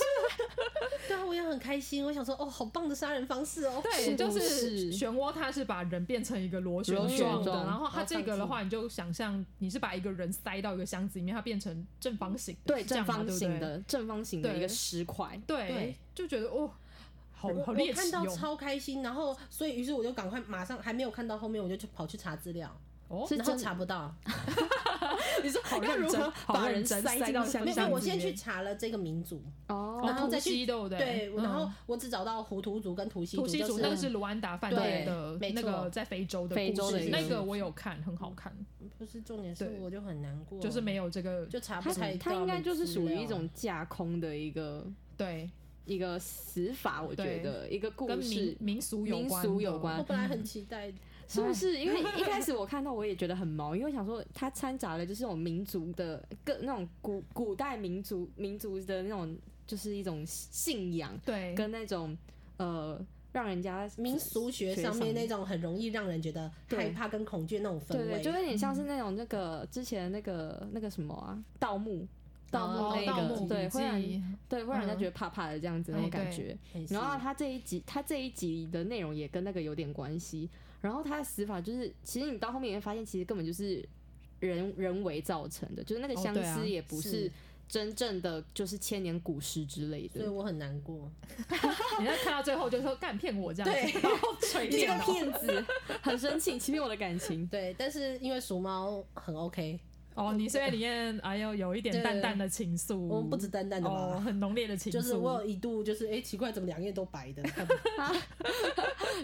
Speaker 4: 对啊，我也很开心，我想说，哦，好棒的杀人方式哦。
Speaker 2: 对，
Speaker 3: 是
Speaker 2: 就
Speaker 3: 不
Speaker 2: 是
Speaker 3: 是
Speaker 2: 漩涡，它是把人变成一个螺旋
Speaker 3: 螺旋
Speaker 2: 状的，
Speaker 3: 状
Speaker 2: 然后它
Speaker 3: 然后
Speaker 2: 这
Speaker 3: 放
Speaker 2: 个的
Speaker 3: 进
Speaker 2: 话，你就想象你是把一个人塞到一个箱子里面，它变成正方形的，
Speaker 3: 对，
Speaker 2: 是这
Speaker 3: 正
Speaker 2: 样嘛
Speaker 3: 方形，
Speaker 2: 对
Speaker 3: 的正方形的一
Speaker 2: 对
Speaker 3: 个尸块。
Speaker 2: 不对，对
Speaker 4: 对，
Speaker 2: 就觉得哦，好
Speaker 4: 我
Speaker 2: 好
Speaker 4: 我
Speaker 2: 猎
Speaker 4: 看
Speaker 2: 奇
Speaker 4: 到
Speaker 2: 哦，
Speaker 4: 超开心，然后所以于是我就赶快马上还没有看到后面，我就去跑去查资料，
Speaker 2: 哦
Speaker 3: 是
Speaker 4: 然后
Speaker 3: 真
Speaker 4: 查不到，
Speaker 3: 你说
Speaker 2: 好
Speaker 3: 要
Speaker 2: 认
Speaker 3: 如
Speaker 2: 真
Speaker 3: 何
Speaker 2: 好
Speaker 3: 把
Speaker 2: 认
Speaker 3: 人
Speaker 2: 真
Speaker 3: 塞
Speaker 2: 塞
Speaker 3: 进
Speaker 2: 到
Speaker 3: 箱
Speaker 2: 箱
Speaker 4: 没
Speaker 3: 子
Speaker 4: 有，没有
Speaker 2: 子
Speaker 4: 我
Speaker 2: 里
Speaker 3: 里？
Speaker 4: 先
Speaker 2: 面
Speaker 4: 去查了这个民族，
Speaker 2: 哦
Speaker 4: 然
Speaker 3: 哦，
Speaker 4: 后
Speaker 2: 图
Speaker 4: 再去
Speaker 2: 西对不对？
Speaker 4: 对，然后
Speaker 2: 嗯
Speaker 4: 我只找到胡图族跟图西
Speaker 2: 图
Speaker 4: 族，
Speaker 2: 西
Speaker 4: 就
Speaker 2: 族
Speaker 4: 是
Speaker 2: 那个是卢安达饭店的
Speaker 4: 对
Speaker 2: 那
Speaker 4: 没
Speaker 2: 个
Speaker 4: 错
Speaker 2: 在非洲的
Speaker 3: 非
Speaker 2: 故
Speaker 3: 洲
Speaker 2: 事
Speaker 4: 的一个
Speaker 2: 那个我有看，很好看，
Speaker 4: 嗯不是重点是
Speaker 2: 对，
Speaker 4: 我就很难过，
Speaker 2: 就是没有这个
Speaker 4: 就查不
Speaker 3: 它
Speaker 4: 太到
Speaker 3: 它应该就是属于一
Speaker 4: 资料
Speaker 3: 种架空的一个
Speaker 2: 对，
Speaker 3: 一个死法，我觉
Speaker 2: 对
Speaker 3: 得一个故
Speaker 2: 跟民
Speaker 3: 事。
Speaker 2: 民俗有
Speaker 3: 民
Speaker 2: 关
Speaker 3: 俗
Speaker 2: 的
Speaker 3: 有关
Speaker 4: 我本来很期待，
Speaker 3: 是不是？因为一开始我看到我也觉得很毛，因为我想说它掺杂了就是那种民族的各那种古古代民族民族的那种就是一种信仰
Speaker 2: 对，
Speaker 3: 跟那种呃让人家
Speaker 4: 民俗学上面那种很容易让人觉得害怕跟恐惧的那种氛
Speaker 3: 对对，
Speaker 4: 围，
Speaker 3: 就有点像是那种那个之前那个那个什么啊盗墓盗
Speaker 2: 哦
Speaker 3: 墓那
Speaker 2: 盗
Speaker 3: 个、
Speaker 2: 墓笔
Speaker 3: 对会让
Speaker 2: 记
Speaker 3: 对会让人家觉得怕怕的这样子那种
Speaker 2: 哎
Speaker 3: 感
Speaker 2: 对
Speaker 3: 觉。
Speaker 4: 很细
Speaker 3: 然后他这一集，他这一集的内容也跟那个有点关系。然后他的死法就是，其实你到后面你会发现，其实根本就是人人为造成的，就是那个
Speaker 2: 哦
Speaker 3: 相
Speaker 2: 对啊
Speaker 3: 思也不是
Speaker 4: 是
Speaker 3: 真正的就是千年古尸之类
Speaker 4: 所以
Speaker 3: 的。
Speaker 4: 我很难过。
Speaker 2: 你在看到最后就说干骗我这样子，哦
Speaker 4: 对
Speaker 2: 然后锤
Speaker 3: 你这
Speaker 2: 电
Speaker 3: 个
Speaker 2: 脑，
Speaker 3: 骗子， 很生气，欺骗我的感情。
Speaker 4: 对，但是因为鼠猫很 OK，
Speaker 2: 哦，你虽然里面哎呦有一点
Speaker 4: 对
Speaker 2: 淡淡的情愫，
Speaker 4: 我们不止淡淡的
Speaker 2: 嗯哦，
Speaker 4: 吧，
Speaker 2: 很浓烈的情愫，
Speaker 4: 就是我有一度就是哎、诶奇怪，怎么两页都白的？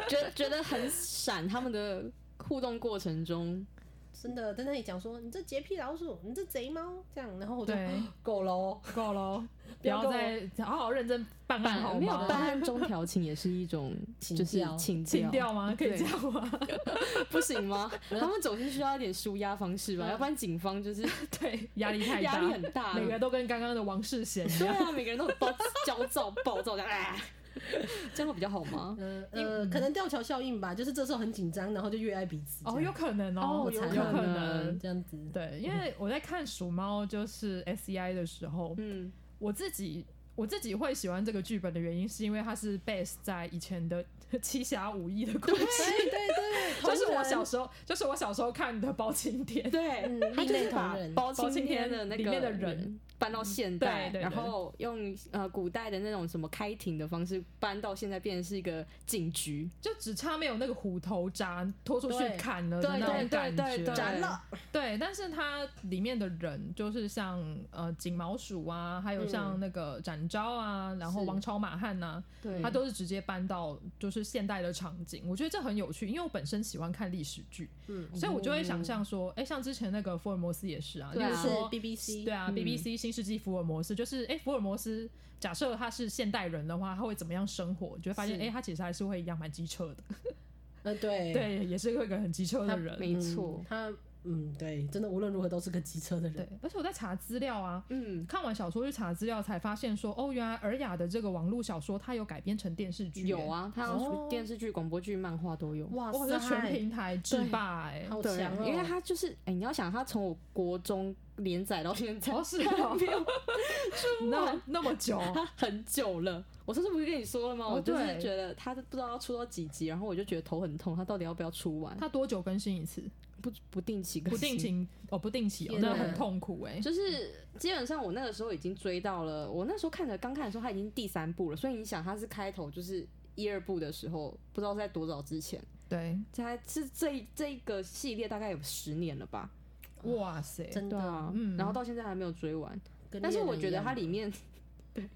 Speaker 3: 觉得觉得很闪，他们的互动过程中，
Speaker 4: 真的在那里讲说你这洁癖老鼠，你这贼猫这样，然后我就
Speaker 2: 对
Speaker 4: 够喽。
Speaker 2: 够喽，不
Speaker 4: 不要
Speaker 2: 要
Speaker 4: 跟我
Speaker 2: 再好好认真办案好
Speaker 3: 没有
Speaker 2: 吗？
Speaker 3: 办 案中调情也是一种，
Speaker 4: 情
Speaker 3: 就是
Speaker 4: 调
Speaker 3: 情
Speaker 2: 情
Speaker 3: 调
Speaker 2: 调吗？可以
Speaker 3: 对
Speaker 2: 这样吗？
Speaker 3: 不行 吗？他们总是需要一点舒压方式吧，要不然警方 就是
Speaker 2: 对，压力太
Speaker 3: 压
Speaker 2: 大，
Speaker 3: 力很大了
Speaker 2: 每 个都跟刚刚的王世贤一
Speaker 3: 对
Speaker 2: 样。
Speaker 3: 啊，每个人都很暴焦躁、暴躁的，啊，这样会比较好吗？
Speaker 4: 呃呃，可能吊桥效应吧，就是这时候很紧张，然后就越爱彼此。
Speaker 2: 哦，有
Speaker 4: 这样
Speaker 2: 可能
Speaker 3: 哦
Speaker 2: 哦，
Speaker 3: 有
Speaker 2: 可
Speaker 3: 可能
Speaker 4: 这样子，
Speaker 2: 对，因为我在看《鼠猫》就是 S E I 的时候，
Speaker 3: 嗯，
Speaker 2: 我自己我自己会喜欢这个剧本的原因，是因为它是 base 在以前的七侠五义的故事，
Speaker 4: 对对 对，
Speaker 2: 就是
Speaker 4: 同
Speaker 2: 我
Speaker 4: 人
Speaker 2: 小时候，就是我小时候看的《包青天》。
Speaker 3: 对
Speaker 4: 嗯
Speaker 3: 他
Speaker 4: 另
Speaker 3: 就
Speaker 4: 类
Speaker 3: 是
Speaker 4: 同
Speaker 3: 把
Speaker 4: 人
Speaker 3: 包
Speaker 2: 包
Speaker 3: 青
Speaker 2: 青
Speaker 3: 天
Speaker 2: 天
Speaker 3: 的那
Speaker 2: 里
Speaker 3: 个
Speaker 2: 面的人
Speaker 3: 搬到现代，
Speaker 2: 对对
Speaker 3: 然
Speaker 2: 对
Speaker 3: 后用呃古代的那种什么开庭的方式搬到现在，变成是一个警局。
Speaker 2: 就只差没有那个虎头铡拖出去
Speaker 4: 对
Speaker 2: 砍了
Speaker 3: 对
Speaker 2: 的那种
Speaker 3: 对对
Speaker 2: 感
Speaker 3: 对
Speaker 2: 觉，
Speaker 3: 对斩
Speaker 4: 了
Speaker 2: 对，但是它里面的人就是像呃锦毛鼠啊，还有像那个展昭啊，然后
Speaker 3: 嗯是嗯
Speaker 2: 王朝马汉呐、
Speaker 3: 对
Speaker 2: 他都是直接搬到就是现代的场景，我觉得这很有趣，因为我本身喜欢看历史剧，
Speaker 4: 嗯，
Speaker 2: 所以我就会想象说，哎、像之前那个福尔摩斯也是啊，
Speaker 3: 对啊
Speaker 2: 例如
Speaker 4: 是
Speaker 2: 说
Speaker 4: BBC
Speaker 2: 对啊
Speaker 3: 嗯
Speaker 2: ，BBC 新世纪福尔摩斯就是，哎、福尔摩斯假设他是现代人的话，他会怎么样生活？你就会发现，
Speaker 4: 是
Speaker 2: 哎、他其实还是会一样蛮机车的，
Speaker 4: 呃 对，
Speaker 2: 对，也是会一个很机车的人。
Speaker 3: 没错，
Speaker 4: 他嗯对，真的无论如何都是个机车的
Speaker 2: 对
Speaker 4: 人，，
Speaker 2: 而且我在查资料啊，
Speaker 3: 嗯，
Speaker 2: 看完小说去查资料才发现说，哦，原来尔雅的这个网络小说它有改编成电视剧、
Speaker 3: 有，啊，他要
Speaker 2: 哦
Speaker 3: 出电视剧、广播剧、漫画都有。
Speaker 4: 哇
Speaker 2: 哇，这全平台制霸哎、
Speaker 4: 好
Speaker 3: 对
Speaker 4: 强
Speaker 3: 啊，
Speaker 4: 哦，
Speaker 3: 因为他就是，哎、你要想，他从我国中连载到现在，
Speaker 2: 哦是哦，
Speaker 3: 啊
Speaker 2: 那那么 久，
Speaker 3: 他很久了。我上次不是跟你说了吗？
Speaker 2: 哦
Speaker 3: 我就是
Speaker 2: 对
Speaker 3: 觉得他不知道要出到几集，然后我就觉得头很痛，他到底要不要出完？
Speaker 2: 它多久更新一次？
Speaker 3: 不不定期更
Speaker 2: 不定
Speaker 3: 新，
Speaker 2: 期哦，不定期哦，
Speaker 4: 天
Speaker 2: 那
Speaker 4: 哪
Speaker 2: 很痛苦哎、
Speaker 3: 就是基本上我那个时候已经追到了，我那时候看着刚看的时候，它已经第三部了，所以你想它是开头就是一二部的时候，不知道是在多早之前，
Speaker 2: 对，
Speaker 3: 才是这一这一个系列大概有十年了吧？
Speaker 2: 哇塞，
Speaker 4: 真
Speaker 3: 对
Speaker 4: 的，
Speaker 3: 啊，
Speaker 2: 嗯
Speaker 3: 然后到现在还没有追完，
Speaker 4: 跟
Speaker 3: 但是
Speaker 4: 猎人
Speaker 3: 我觉
Speaker 4: 一
Speaker 3: 得
Speaker 4: 样
Speaker 3: 它里面 对。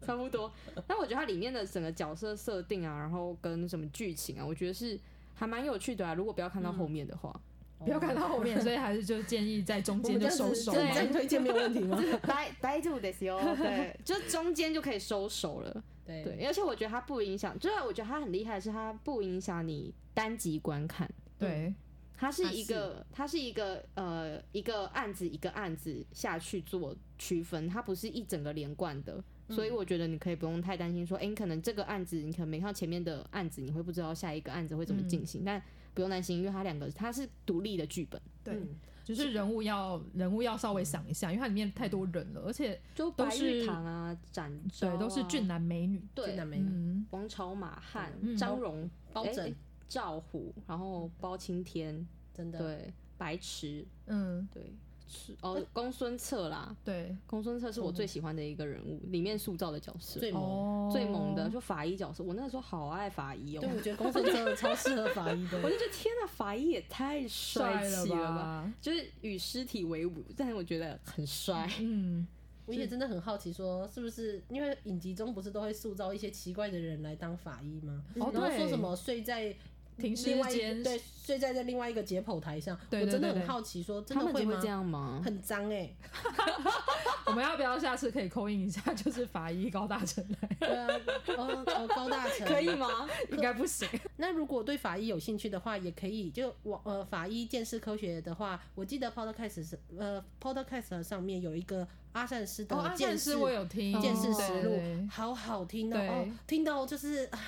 Speaker 3: 差不多，但我觉得它里面的整个角色设定啊，然后跟什么剧情啊，我觉得是还蛮有趣的啊。如果不要看到后面的话，
Speaker 2: 不要看到后面，所以还是就建议在中间就收手
Speaker 4: 我们
Speaker 2: 嘛
Speaker 4: 这。样子推荐没有问题 吗？
Speaker 3: 呆呆住的时候，对， 就中间就可以收手了。
Speaker 4: 对
Speaker 3: 对，而且我觉得它不影响，就是我觉得它很厉害，是它不影响你单集观看。
Speaker 2: 对，
Speaker 3: 它是
Speaker 4: 它
Speaker 3: 一个，它是一个呃，一个案子一个案子下去做区分，它不是一整个连贯的，所以我觉得你可以不用太担心说，哎、你可能这个案子你可能没看到前面的案子，你会不知道下一个案子会怎么进行，但不用担心，因为它两个它是独立的剧本，
Speaker 2: 对
Speaker 4: 嗯
Speaker 2: 只是人物要人物要稍微想一下，因为它里面太多人了，而且
Speaker 3: 就
Speaker 2: 都
Speaker 3: 白
Speaker 2: 是
Speaker 3: 玉堂啊、展昭
Speaker 2: 对都是
Speaker 3: 啊
Speaker 2: 俊男美女。
Speaker 4: 真
Speaker 3: 对
Speaker 4: 的没
Speaker 2: 嗯，
Speaker 3: 王朝马汉、
Speaker 2: 嗯
Speaker 3: 张荣、
Speaker 4: 包
Speaker 3: 诶
Speaker 4: 拯，
Speaker 3: 赵虎，然后包青天，
Speaker 4: 真的
Speaker 3: 对，白池，
Speaker 2: 嗯，
Speaker 3: 对，是哦，公孙策啦，
Speaker 2: 对，
Speaker 3: 公孙策是我最喜欢的一个人物，里面塑造的角色
Speaker 4: 最猛。
Speaker 2: 哦，
Speaker 3: 最猛的，就法医角色，我那个时候好爱法医哦
Speaker 4: 对，，我觉得公孙真的超适合法医 的
Speaker 3: 我。就觉得天呐，法医也太
Speaker 2: 帅
Speaker 3: 帅
Speaker 2: 了
Speaker 3: 气了吧！
Speaker 2: 吧？
Speaker 3: 就是与尸体为伍，但我觉得很帅。
Speaker 2: 嗯，
Speaker 4: 我也真的很好奇，说是不是因为影集中不是都会塑造一些奇怪的人来当法医吗？
Speaker 2: 哦
Speaker 4: 然后
Speaker 2: 对
Speaker 4: 说什么睡在
Speaker 2: 停尸
Speaker 4: 另外一
Speaker 2: 间，
Speaker 4: 对，睡在在另外一个解剖台上。
Speaker 2: 对对
Speaker 4: 我真的
Speaker 2: 对对
Speaker 4: 很好奇说，真
Speaker 3: 他
Speaker 4: 的
Speaker 3: 们
Speaker 4: 吗？
Speaker 3: 会这样吗？
Speaker 4: 很脏哎、
Speaker 2: 我们要不要下次可以扣印一下？就是法医高大成 来，
Speaker 4: 对啊，哦哦，高大成
Speaker 3: 可以。 吗？
Speaker 2: 应该不行。
Speaker 4: 那如果对法医有兴趣的话，也可以就往呃法医见识科学的话，我记得 Podcast 是呃 Podcast 上面有一个阿善师
Speaker 2: 哦，
Speaker 4: 的
Speaker 2: 阿
Speaker 4: 见
Speaker 2: 善
Speaker 4: 识、
Speaker 2: 师我有听
Speaker 4: 见识
Speaker 2: 哦
Speaker 4: 实
Speaker 2: 对
Speaker 4: 录，
Speaker 2: 对
Speaker 4: 好好听哦，
Speaker 2: 对
Speaker 4: 哦听到就是啊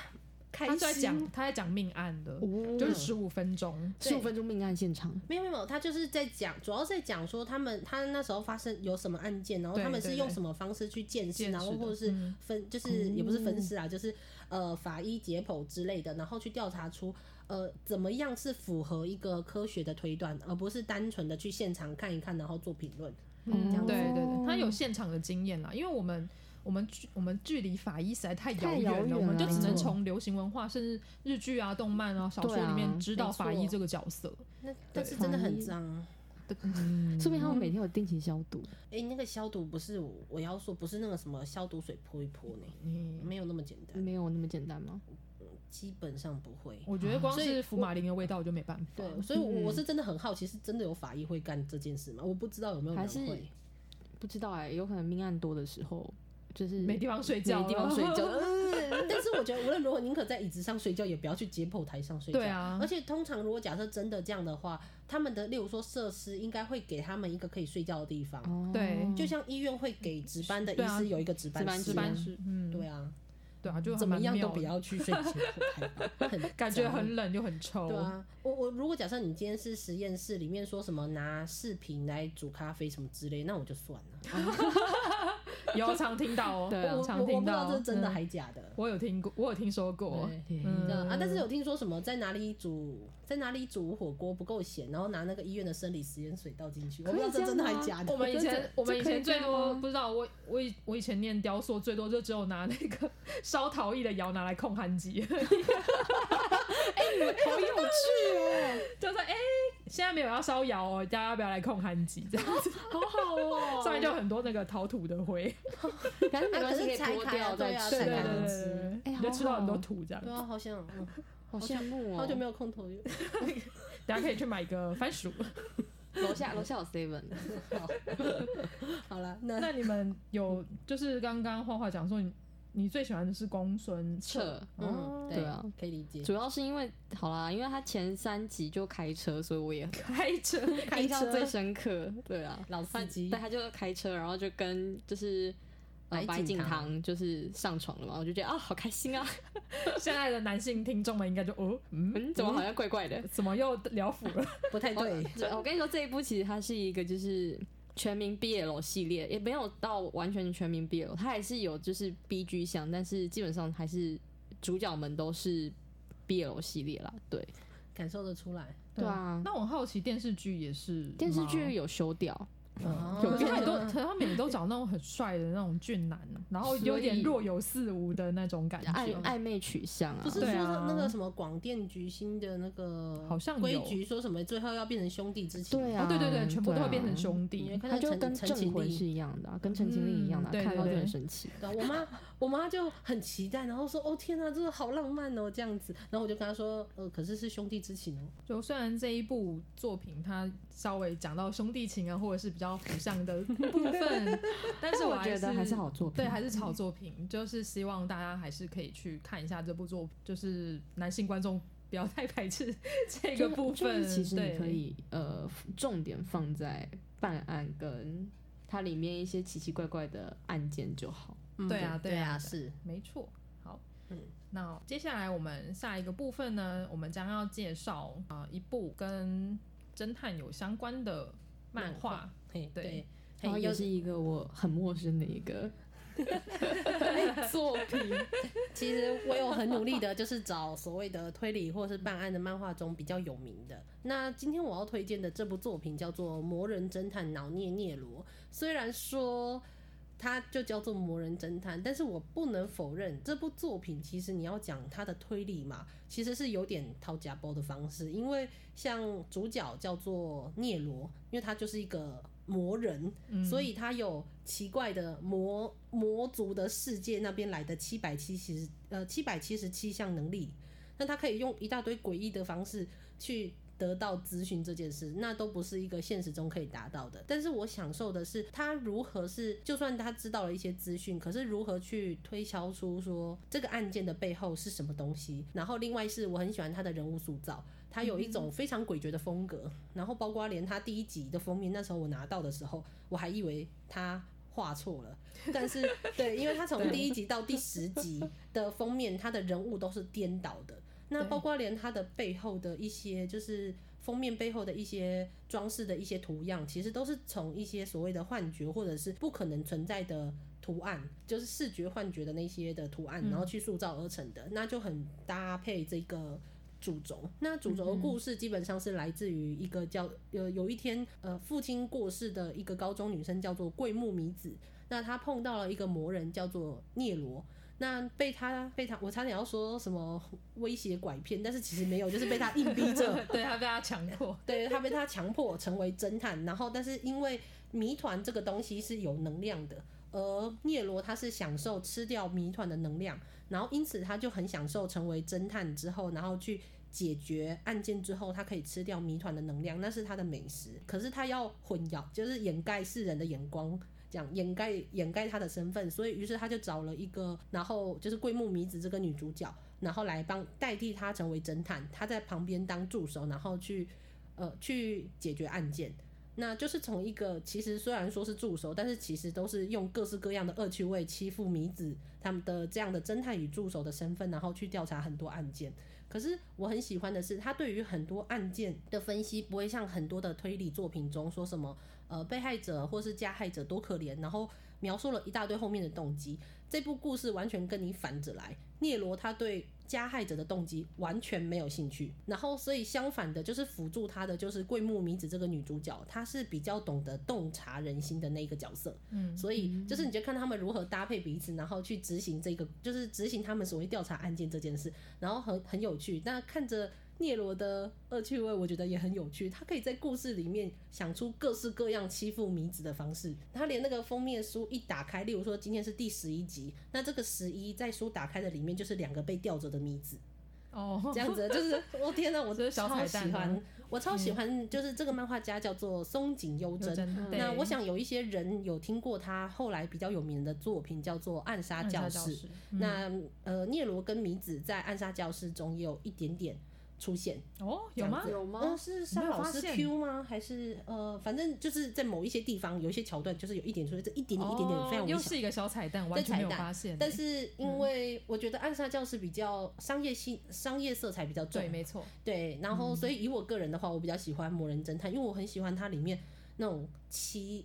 Speaker 4: 开
Speaker 2: 他
Speaker 4: 心。
Speaker 2: 在讲他在讲命案的，就是十五分钟。
Speaker 3: 十五分钟命案现场，
Speaker 4: 没有没有，他就是在讲，主要在讲说他们他那时候发生有什么案件，然后
Speaker 2: 对
Speaker 4: 他们是
Speaker 2: 对
Speaker 4: 用
Speaker 2: 对
Speaker 4: 什么方式去鉴
Speaker 2: 鉴
Speaker 4: 识，然后
Speaker 2: 识的
Speaker 4: 或者是
Speaker 2: 嗯
Speaker 4: 分，就是也不是分尸啊，就是呃法医解剖之类的，然后去调查出呃怎么样是符合一个科学的推断，而不是单纯的去现场看一看，然后做评论。
Speaker 2: 嗯
Speaker 3: 这样，子
Speaker 2: 对对
Speaker 4: 哦
Speaker 2: 对，他有现场的经验啦，因为我们。我们距我们距离法医实在太遥
Speaker 3: 太遥
Speaker 2: 远
Speaker 3: 远
Speaker 2: 了，
Speaker 3: 了
Speaker 2: 我们就只能
Speaker 4: 没错
Speaker 2: 从流行文化，甚至日剧啊、动漫啊、小说
Speaker 3: 对啊
Speaker 2: 里面知道
Speaker 3: 没错
Speaker 2: 法医这个角色。嗯
Speaker 4: 那但是真的很脏。嗯
Speaker 3: 说明他们每天有定期消毒。
Speaker 4: 哎、那个消毒不是我我要说，不是那个什么消毒水泼一泼呢，
Speaker 2: 嗯，
Speaker 4: 没有那么简单，
Speaker 3: 没有那么简单吗？
Speaker 4: 基本上不会。
Speaker 2: 我觉得光
Speaker 4: 所以
Speaker 2: 是福马林的味道我就没办法。
Speaker 4: 对，所以我我是真的很好奇，是真的有法医会干这件事吗？我不知道有没有
Speaker 3: 还
Speaker 4: 人
Speaker 3: 是
Speaker 4: 会。
Speaker 3: 不知道哎、有可能命案多的时候，就是
Speaker 2: 没地方睡觉了
Speaker 3: 没地方睡觉。
Speaker 4: 但是我觉得，无论如何，宁可在椅子上睡觉，也不要去解剖台上睡觉。
Speaker 2: 对啊
Speaker 4: 而且通常如果假设真的这样的话，他们的例如说设施应该会给他们一个可以睡觉的地方，
Speaker 3: 哦
Speaker 2: 对
Speaker 4: 就像医院会给值班的
Speaker 2: 对
Speaker 4: 医
Speaker 2: 啊
Speaker 4: 师有一个值班室、
Speaker 2: 值班室，嗯，
Speaker 4: 对啊，
Speaker 2: 对啊，就还
Speaker 4: 怎么
Speaker 2: 蛮
Speaker 4: 样都
Speaker 2: 妙
Speaker 4: 不
Speaker 2: 的，
Speaker 4: 要去睡解剖台 吧，很
Speaker 2: 感觉
Speaker 4: 脏
Speaker 2: 很冷又很臭。
Speaker 4: 对啊，我我如果假设你今天是实验室里面说什么拿视频来煮咖啡什么之类，那我就算了。
Speaker 2: 有常听到哦，
Speaker 3: 对啊
Speaker 2: 我
Speaker 4: 我
Speaker 2: 常
Speaker 4: 我我
Speaker 2: 听
Speaker 4: 不知
Speaker 2: 到，
Speaker 4: 道这是真的
Speaker 2: 嗯
Speaker 4: 还假的。
Speaker 2: 我有听过，我有听说过，
Speaker 3: 对
Speaker 4: 对
Speaker 2: 嗯
Speaker 4: 啊，但是有听说什么在哪里煮在哪里煮火锅不够咸，然后拿那个医院的生理实验水倒进去，我
Speaker 3: 可以
Speaker 4: 不知道这真的
Speaker 3: 这
Speaker 4: 还
Speaker 3: 样吗
Speaker 4: 假的。
Speaker 2: 我们以
Speaker 3: 这
Speaker 2: 前
Speaker 3: 这
Speaker 2: 我们以
Speaker 3: 这可以
Speaker 2: 前最
Speaker 3: 这样
Speaker 2: 多
Speaker 3: 吗
Speaker 2: 不知道，我我以我以前念雕塑，最多就只有拿那个 烧陶艺的窑拿来控寒机，
Speaker 3: 好有趣哦，
Speaker 2: 就说哎、现在没有要烧窑哦，大家要不要来控寒机？这样子，
Speaker 3: 好好哦。
Speaker 2: 上面就有很多那个陶土的灰，
Speaker 3: 感觉没关系，可
Speaker 4: 可是
Speaker 3: 以
Speaker 4: 拆
Speaker 3: 剥
Speaker 4: 开啊
Speaker 3: 掉再
Speaker 4: 对啊
Speaker 3: 吃
Speaker 2: 对
Speaker 4: 拆
Speaker 2: 对
Speaker 4: 开
Speaker 2: 对
Speaker 4: 来
Speaker 2: 对
Speaker 4: 吃
Speaker 2: 对
Speaker 3: 哎
Speaker 2: 对，
Speaker 3: 好
Speaker 2: 你就吃到很多
Speaker 3: 好
Speaker 2: 土这样
Speaker 4: 对
Speaker 2: 子。
Speaker 4: 啊，好想，嗯
Speaker 3: 好羡慕哦。
Speaker 4: 好久没有空投入。
Speaker 2: 大家可以去买一个番 薯。
Speaker 3: 楼下楼下有 seven，
Speaker 4: 好了，那
Speaker 2: 那你们有就是刚刚画画讲说你你最喜欢的是公孙
Speaker 3: 撤
Speaker 2: 策，，
Speaker 4: 嗯，
Speaker 2: 哦
Speaker 3: 对啊，
Speaker 4: 可以理解。
Speaker 3: 主要是因为好啦，因为他前三集就开车，所以我也
Speaker 2: 开 车
Speaker 4: 开
Speaker 3: 印
Speaker 4: 车
Speaker 3: 象最深刻。对啊，
Speaker 4: 老司机
Speaker 3: 但他就开车，然后就跟就是。呃，
Speaker 4: 白
Speaker 3: 白
Speaker 4: 景
Speaker 3: 景
Speaker 4: 堂
Speaker 3: 堂就是上床了嘛，我就觉得啊，好开心啊！
Speaker 2: 现在的男性听众们应该就哦，嗯，
Speaker 3: 嗯，怎么好像怪怪的？
Speaker 2: 怎么又聊腐了？
Speaker 4: 不太对，
Speaker 3: 这我跟你说，这一部其实它是一个就是全民 BL 系列，也没有到完全全民 BL，它还是有就是 BG 项，但是基本上还是主角们都是 BL 系列啦。对，
Speaker 4: 感受得出来。
Speaker 3: 对啊
Speaker 2: 那我很好奇电视剧也是吗
Speaker 3: 电视剧有修掉，
Speaker 4: 哦
Speaker 2: 可是他们都，可是他们也都找那种很帅的那种俊男，然后有点
Speaker 3: 所以
Speaker 2: 若有似无的那种感
Speaker 3: 暧
Speaker 2: 觉。
Speaker 3: 暧昧取向啊，
Speaker 4: 不是
Speaker 2: 对
Speaker 4: 说
Speaker 2: 啊
Speaker 4: 那个什么广电局新的那个
Speaker 2: 好像有
Speaker 4: 规矩说什么最后要变成兄弟之情？
Speaker 3: 对啊
Speaker 2: 哦，对对对，全部都
Speaker 3: 对
Speaker 2: 会
Speaker 3: 啊
Speaker 2: 变成兄
Speaker 4: 你
Speaker 2: 弟
Speaker 4: 会。看
Speaker 3: 他
Speaker 4: 到
Speaker 3: 就
Speaker 4: 陈
Speaker 3: 跟
Speaker 4: 陈情
Speaker 3: 镇魂
Speaker 4: 令
Speaker 3: 是一样的、啊，跟陈情令一样的啊、
Speaker 2: 嗯对
Speaker 3: 看到
Speaker 2: 对
Speaker 3: 就
Speaker 2: 对
Speaker 3: 很生气。
Speaker 4: 对啊，我妈我妈就很期待，然后说：“哦天啊，这个好浪漫哦，这样子。”然后我就跟她说：“呃，可是是兄弟之情哦。
Speaker 2: 就虽然这一部作品它稍微讲到兄弟情啊，或者是比较腐向的部 分，但是
Speaker 3: 但我
Speaker 2: 还
Speaker 3: 觉得还是好作品
Speaker 2: 对，还是好作品。就是希望大家还是可以去看一下这部作，就是男性观众不要太排斥这个
Speaker 3: 就
Speaker 2: 部分。
Speaker 3: 就是其实
Speaker 2: 对
Speaker 3: 你可以呃，重点放在办案跟它里面一些奇奇怪怪的案件就好。
Speaker 4: 嗯”
Speaker 2: 对啊对啊
Speaker 4: 对
Speaker 2: 对
Speaker 4: 是
Speaker 2: 没错。好，
Speaker 4: 嗯
Speaker 2: 那接下来我们下一个部分呢，我们将要介绍啊、呃一部跟侦探有相关的漫
Speaker 4: 漫
Speaker 2: 画
Speaker 4: 画。嘿
Speaker 2: 对
Speaker 4: 对，
Speaker 3: 然后
Speaker 4: 嘿
Speaker 3: 也是一个我很陌生的一个作品，
Speaker 4: 哎 其实我有很努力的，就是找所谓的推理或是办案的漫画中比较有名的。那今天我要推荐的这部作品叫做《魔人侦探脑涅涅罗》，虽然说。它就叫做魔人侦探，但是我不能否认这部作品其实你要讲它的推理嘛，其实是有点掏家包的方式，因为像主角叫做涅罗，因为他就是一个魔人，
Speaker 2: 嗯
Speaker 4: 所以他有奇怪的魔魔族的世界那边来的七百七十呃七百七十七项能力，那他可以用一大堆诡异的方式去得到资讯这件事，那都不是一个现实中可以达到的。但是我享受的是他如何是，就算他知道了一些资讯，可是如何去推敲出说这个案件的背后是什么东西。然后另外是我很喜欢他的人物塑造，他有一种非常诡谲的风格，然后包括连他第一集的封面，那时候我拿到的时候，我还以为他。画错了，但是对，因为他从第一集到第十集的封面，他的人物都是颠倒的，那
Speaker 2: 对
Speaker 4: 包括连它的背后的一些，就是封面背后的一些装饰的一些图样，其实都是从一些所谓的幻觉或者是不可能存在的图案，就是视觉幻觉的那些的图案，
Speaker 2: 嗯
Speaker 4: 然后去塑造而成的，那就很搭配这个。主轴，那主轴的故事基本上是来自于一个叫呃有一天呃父亲过世的一个高中女生叫做桂木米子，那她碰到了一个魔人叫做涅罗，那被他被他，我差点要说什么威胁拐骗，但是其实没有，就是被他硬 逼着，
Speaker 2: 对他被他强迫，
Speaker 4: 对他被他强迫成为侦探，然后但是因为谜团这个东西是有能量的，而涅罗他是享受吃掉谜团的能量，然后因此他就很享受成为侦探之后，然后去解决案件之后，他可以吃掉谜团的能量，那是他的美食。可是他要混淆，就是掩盖世人的眼光。这样掩盖掩盖他的身份，所以于是他就找了一个，然后就是桂木米子这个女主角，然后来帮代替她成为侦探，她在旁边当助手，然后去呃去解决案件。那就是从一个其实虽然说是助手，但是其实都是用各式各样的恶趣味欺负米子他们的这样的侦探与助手的身份，然后去调查很多案件。可是我很喜欢的是，他对于很多案件的分析不会像很多的推理作品中说什么呃被害者或是加害者多可怜，然后描述了一大堆后面的动机。这部故事完全跟你反着来，聂罗他对加害者的动机完全没有兴趣，然后所以相反的，就是辅助他的就是桂木米子这个女主角，她是比较懂得洞察人心的那一个角色。
Speaker 2: 嗯，
Speaker 4: 所以就是你就看他们如何搭配彼此，然后去执行这个，就是执行他们所谓调查案件这件事，然后很很有趣。那看着聂罗的恶趣味，我觉得也很有趣。他可以在故事里面想出各式各样欺负米子的方式。他连那个封面书一打开，例如说今天是第十一集，那这个十一在书打开的里面就是两个被吊着的米子，
Speaker 2: 哦，
Speaker 4: 这样子 就是我、天哪，我
Speaker 2: 这是小
Speaker 4: 超
Speaker 2: 彩
Speaker 4: 喜
Speaker 2: 蛋啊
Speaker 4: 欢，我超喜欢，就是这个漫画家叫做松井优
Speaker 2: 有嗯
Speaker 4: 真。
Speaker 2: 真的。
Speaker 4: 那我想有一些人有听过他后来比较有名的作品，叫做《暗杀
Speaker 2: 暗杀
Speaker 4: 教室》。
Speaker 2: 教室，嗯
Speaker 4: 那呃，聂罗跟米子在《暗杀教室》中也有一点点出现。
Speaker 2: 哦，有吗？
Speaker 3: 有
Speaker 4: 嗯、
Speaker 3: 吗？
Speaker 4: 是沙
Speaker 2: 没有
Speaker 4: 老
Speaker 2: 发
Speaker 4: 师
Speaker 2: 现
Speaker 4: Q 吗？还是呃，反正就是在某一些地方有一些桥段，就是有一点出现，这一点点、一点点非常
Speaker 2: 哦
Speaker 4: 微
Speaker 2: 又
Speaker 4: 小。
Speaker 2: 是一个小彩蛋，完全没有发现欸。
Speaker 4: 但是因为我觉得《暗杀教室》比较商业性、商业色彩比较重
Speaker 2: 对，，没错，
Speaker 4: 对，然后所以以我个人的话，我比较喜欢《魔人侦探》，因为我很喜欢它里面那种奇，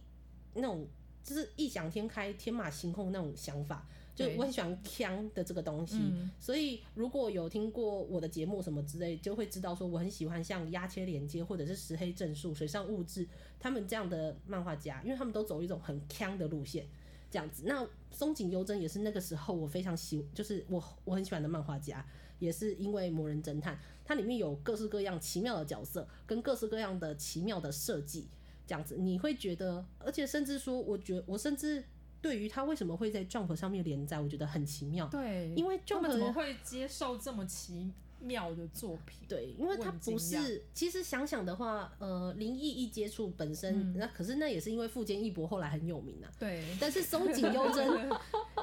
Speaker 4: 那种就是异想天开、天马行空那种想法，就
Speaker 2: 对
Speaker 4: 我很喜欢枪的这个东西。
Speaker 2: 嗯，
Speaker 4: 所以，如果有听过我的节目什么之类，就会知道说我很喜欢像压切连接或者是石黑正树、水上物质他们这样的漫画家，因为他们都走一种很强的路线，这样子。那松井优真也是那个时候我非常喜，就是我我很喜欢的漫画家，也是因为《魔人侦探》，它里面有各式各样奇妙的角色，跟各式各样的奇妙的设计，这样子你会觉得，而且甚至说，我觉我甚至。对于他为什么会在 Jump 上面连载，我觉得很奇妙，
Speaker 2: 对，
Speaker 4: 因为
Speaker 2: 他
Speaker 4: Jump
Speaker 2: 们怎么会接受这么奇妙的作品？
Speaker 4: 对，因为
Speaker 2: 我
Speaker 4: 它
Speaker 2: 很
Speaker 4: 不
Speaker 2: 惊讶
Speaker 4: 是，其实想想的话，呃，灵异一接触本身，
Speaker 2: 嗯
Speaker 4: 那可是那也是因为富坚义博后来很有名啊。
Speaker 2: 对，
Speaker 4: 但是松井优 真，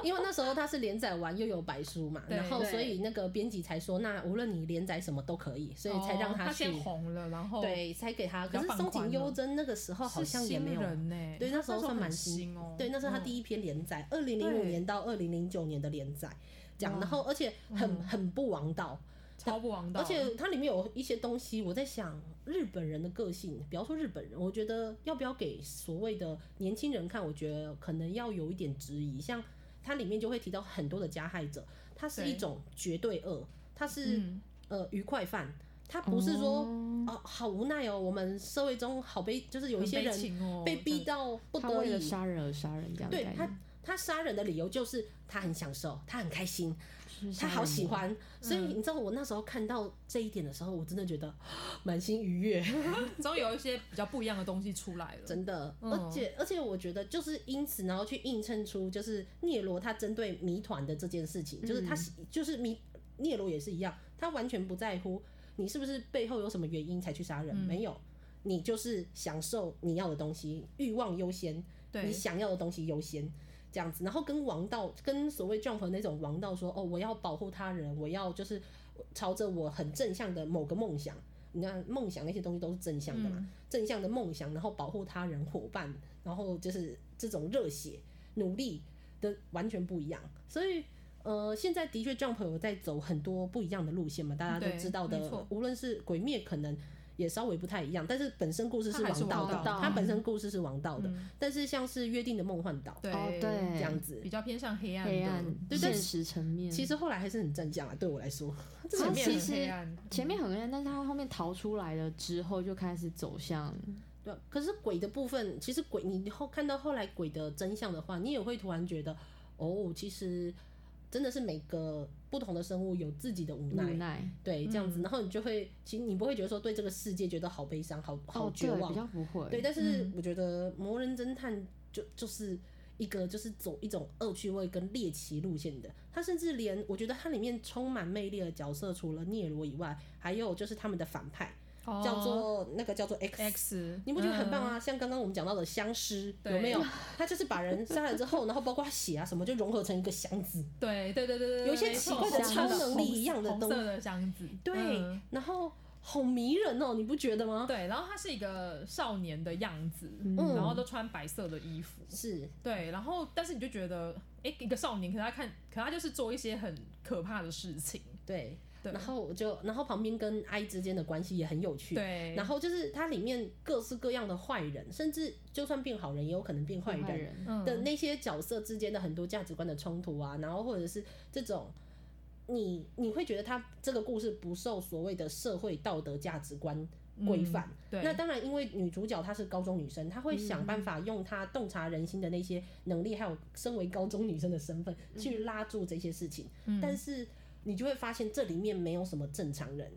Speaker 4: 因为那时候他是连载完又有白书嘛，
Speaker 2: 对
Speaker 4: 然后
Speaker 3: 对
Speaker 4: 所以那个编辑才说，那无论你连载什么都可以，所以才让
Speaker 2: 哦他
Speaker 4: 去，
Speaker 2: 先红了，然后
Speaker 4: 对，才给他。
Speaker 2: 哦比较
Speaker 4: 可是
Speaker 2: 放
Speaker 4: 松井
Speaker 2: 宽
Speaker 4: 优
Speaker 2: 了
Speaker 4: 真那个时候好
Speaker 2: 是
Speaker 4: 像也没
Speaker 2: 新
Speaker 4: 有，啊
Speaker 2: 人呢，
Speaker 4: 对
Speaker 2: 他
Speaker 4: 那时候算
Speaker 2: 很
Speaker 4: 蛮新
Speaker 2: 新哦，
Speaker 4: 对，那是他
Speaker 2: 嗯
Speaker 4: 第一篇连载，二零零五
Speaker 2: 对
Speaker 4: 年到二零零九年的连载，这样，
Speaker 2: 哇
Speaker 4: 然后而且很
Speaker 2: 嗯
Speaker 4: 很不王道，
Speaker 2: 超不王道，啊
Speaker 4: 而且它里面有一些东西，我在想日本人的个性，比方说日本人，我觉得要不要给所谓的年轻人看，我觉得可能要有一点质疑。像它里面就会提到很多的加害者，它是一
Speaker 2: 对
Speaker 4: 种绝对恶，它是、
Speaker 2: 嗯，
Speaker 4: 呃愉快犯，它不是说哦、
Speaker 3: 哦
Speaker 4: 好无奈哦，我们社会中好悲，就是有一
Speaker 2: 很
Speaker 4: 些
Speaker 2: 悲
Speaker 4: 人
Speaker 2: 情哦
Speaker 4: 被逼
Speaker 2: 这样
Speaker 4: 到不
Speaker 3: 他
Speaker 4: 得
Speaker 3: 为
Speaker 4: 已
Speaker 3: 了，杀人而杀人这样的
Speaker 4: 对
Speaker 3: 概
Speaker 4: 他
Speaker 3: 念，
Speaker 4: 他杀人的理由就是他很享受，他很开心，
Speaker 3: 是杀
Speaker 4: 他好
Speaker 3: 人
Speaker 4: 喜
Speaker 3: 魔，
Speaker 4: 欢，所以
Speaker 2: 嗯
Speaker 4: 你知道我那时候看到这一点的时候，我真的觉得 满心愉悦，
Speaker 2: 总有一些比较不一样的东西出来了，
Speaker 4: 真的。
Speaker 2: 嗯
Speaker 4: 而且而且我觉得就是因此，然后去映衬出就是聂罗他针对谜团的这件事情，就是
Speaker 2: 嗯
Speaker 4: 他喜就是谜聂罗也是一样，他完全不在乎你是不是背后有什么原因才去杀人，
Speaker 2: 嗯
Speaker 4: 没有，你就是享受你要的东西，欲望优先，你
Speaker 2: 对，
Speaker 4: 想要的东西优先。这样子，然后跟王道，跟所谓 Jump 那种王道说，哦，我要保护他人，我要就是朝着我很正向的某个梦想。你看，梦想那些东西都是正向的嘛，
Speaker 2: 嗯
Speaker 4: 正向的梦想，然后保护他人、伙伴，然后就是这种热血、努力的完全不一样。所以，呃，现在的确 Jump 有在走很多不一样的路线嘛，大家都
Speaker 2: 对
Speaker 4: 知道
Speaker 2: 没
Speaker 4: 的
Speaker 2: 错，
Speaker 4: 无论是鬼灭可能也稍微不太一样，但是本身故事
Speaker 2: 它
Speaker 4: 是
Speaker 2: 还
Speaker 4: 王
Speaker 2: 是
Speaker 4: 道
Speaker 3: 王
Speaker 4: 的，
Speaker 3: 道
Speaker 4: 它本身故事是王道的，
Speaker 2: 嗯
Speaker 4: 但是像是约定的梦幻岛，
Speaker 2: 对
Speaker 3: 哦对
Speaker 4: 这样子
Speaker 2: 比。较偏向黑暗的
Speaker 3: 黑暗
Speaker 4: 对但
Speaker 3: 现
Speaker 4: 是
Speaker 3: 实层面，
Speaker 4: 其实后来还是很正向啊，对我来说，
Speaker 3: 啊
Speaker 2: 前面
Speaker 3: 其
Speaker 2: 很黑
Speaker 3: 实
Speaker 2: 暗，
Speaker 3: 前面很暗，但是他后面逃出来了之后，就开始走向
Speaker 4: 对啊。可是鬼的部分，其实鬼你后看到后来鬼的真相的话，你也会突然觉得，哦，其实真的是每个不同的生物有自己的无
Speaker 3: 无
Speaker 4: 奈，
Speaker 3: 奈，哦
Speaker 4: 对，这样子，
Speaker 2: 嗯
Speaker 4: 然后你就会，其实你不会觉得说对这个世界觉得好悲伤、好好
Speaker 3: 哦，
Speaker 4: 绝
Speaker 3: 对，
Speaker 4: 望，
Speaker 3: 比较不会，
Speaker 4: 对，但是
Speaker 2: 嗯
Speaker 4: 我觉得《魔人侦探就》就是一个就是走一种恶趣味跟猎奇路线的，他甚至连我觉得它里面充满魅力的角色，除了聂罗以外，还有就是他们的反派
Speaker 2: 哦
Speaker 4: 叫做那个叫做 X。
Speaker 2: X，
Speaker 4: 你不觉得很棒
Speaker 2: 嗯？
Speaker 4: 啊？像刚刚我们讲到的相尸，有
Speaker 2: 对
Speaker 4: 没有？他就是把人杀了之后，然后包括血啊什么，就融合成一个箱子。
Speaker 2: 嗯对对对对对，
Speaker 4: 有一些
Speaker 2: 没
Speaker 4: 奇
Speaker 2: 错
Speaker 4: 怪
Speaker 3: 的
Speaker 2: 红色
Speaker 3: 超
Speaker 4: 能力一样的
Speaker 2: 红
Speaker 4: 东西
Speaker 2: 色的箱子，
Speaker 4: 对，
Speaker 2: 嗯
Speaker 4: 然后好迷人哦，你不觉得吗？
Speaker 2: 对，然后他是一个少年的样子，
Speaker 3: 嗯
Speaker 2: 然后都穿白色的衣服，
Speaker 4: 是，
Speaker 2: 对，然后但是你就觉得，哎，一个少年，可他看，可他就是做一些很可怕的事情，
Speaker 4: 对，
Speaker 2: 对
Speaker 4: 然后我就，然后旁边跟 I 之间的关系也很有趣。
Speaker 2: 对，
Speaker 4: 然后就是它里面各式各样的坏人，甚至就算变好人，也有可能变坏
Speaker 3: 坏
Speaker 4: 人
Speaker 3: 人，
Speaker 2: 嗯
Speaker 4: 的那些角色之间的很多价值观的冲突啊，然后或者是这种，你你会觉得他这个故事不受所谓的社会道德价值观规范。
Speaker 2: 嗯对，
Speaker 4: 那当然，因为女主角她是高中女生，她会想办法用她洞察人心的那些能力，还有身为高中女生的身份
Speaker 2: 嗯
Speaker 4: 去拉住这些事情。但是你就会发现，这里面没有什么正常人。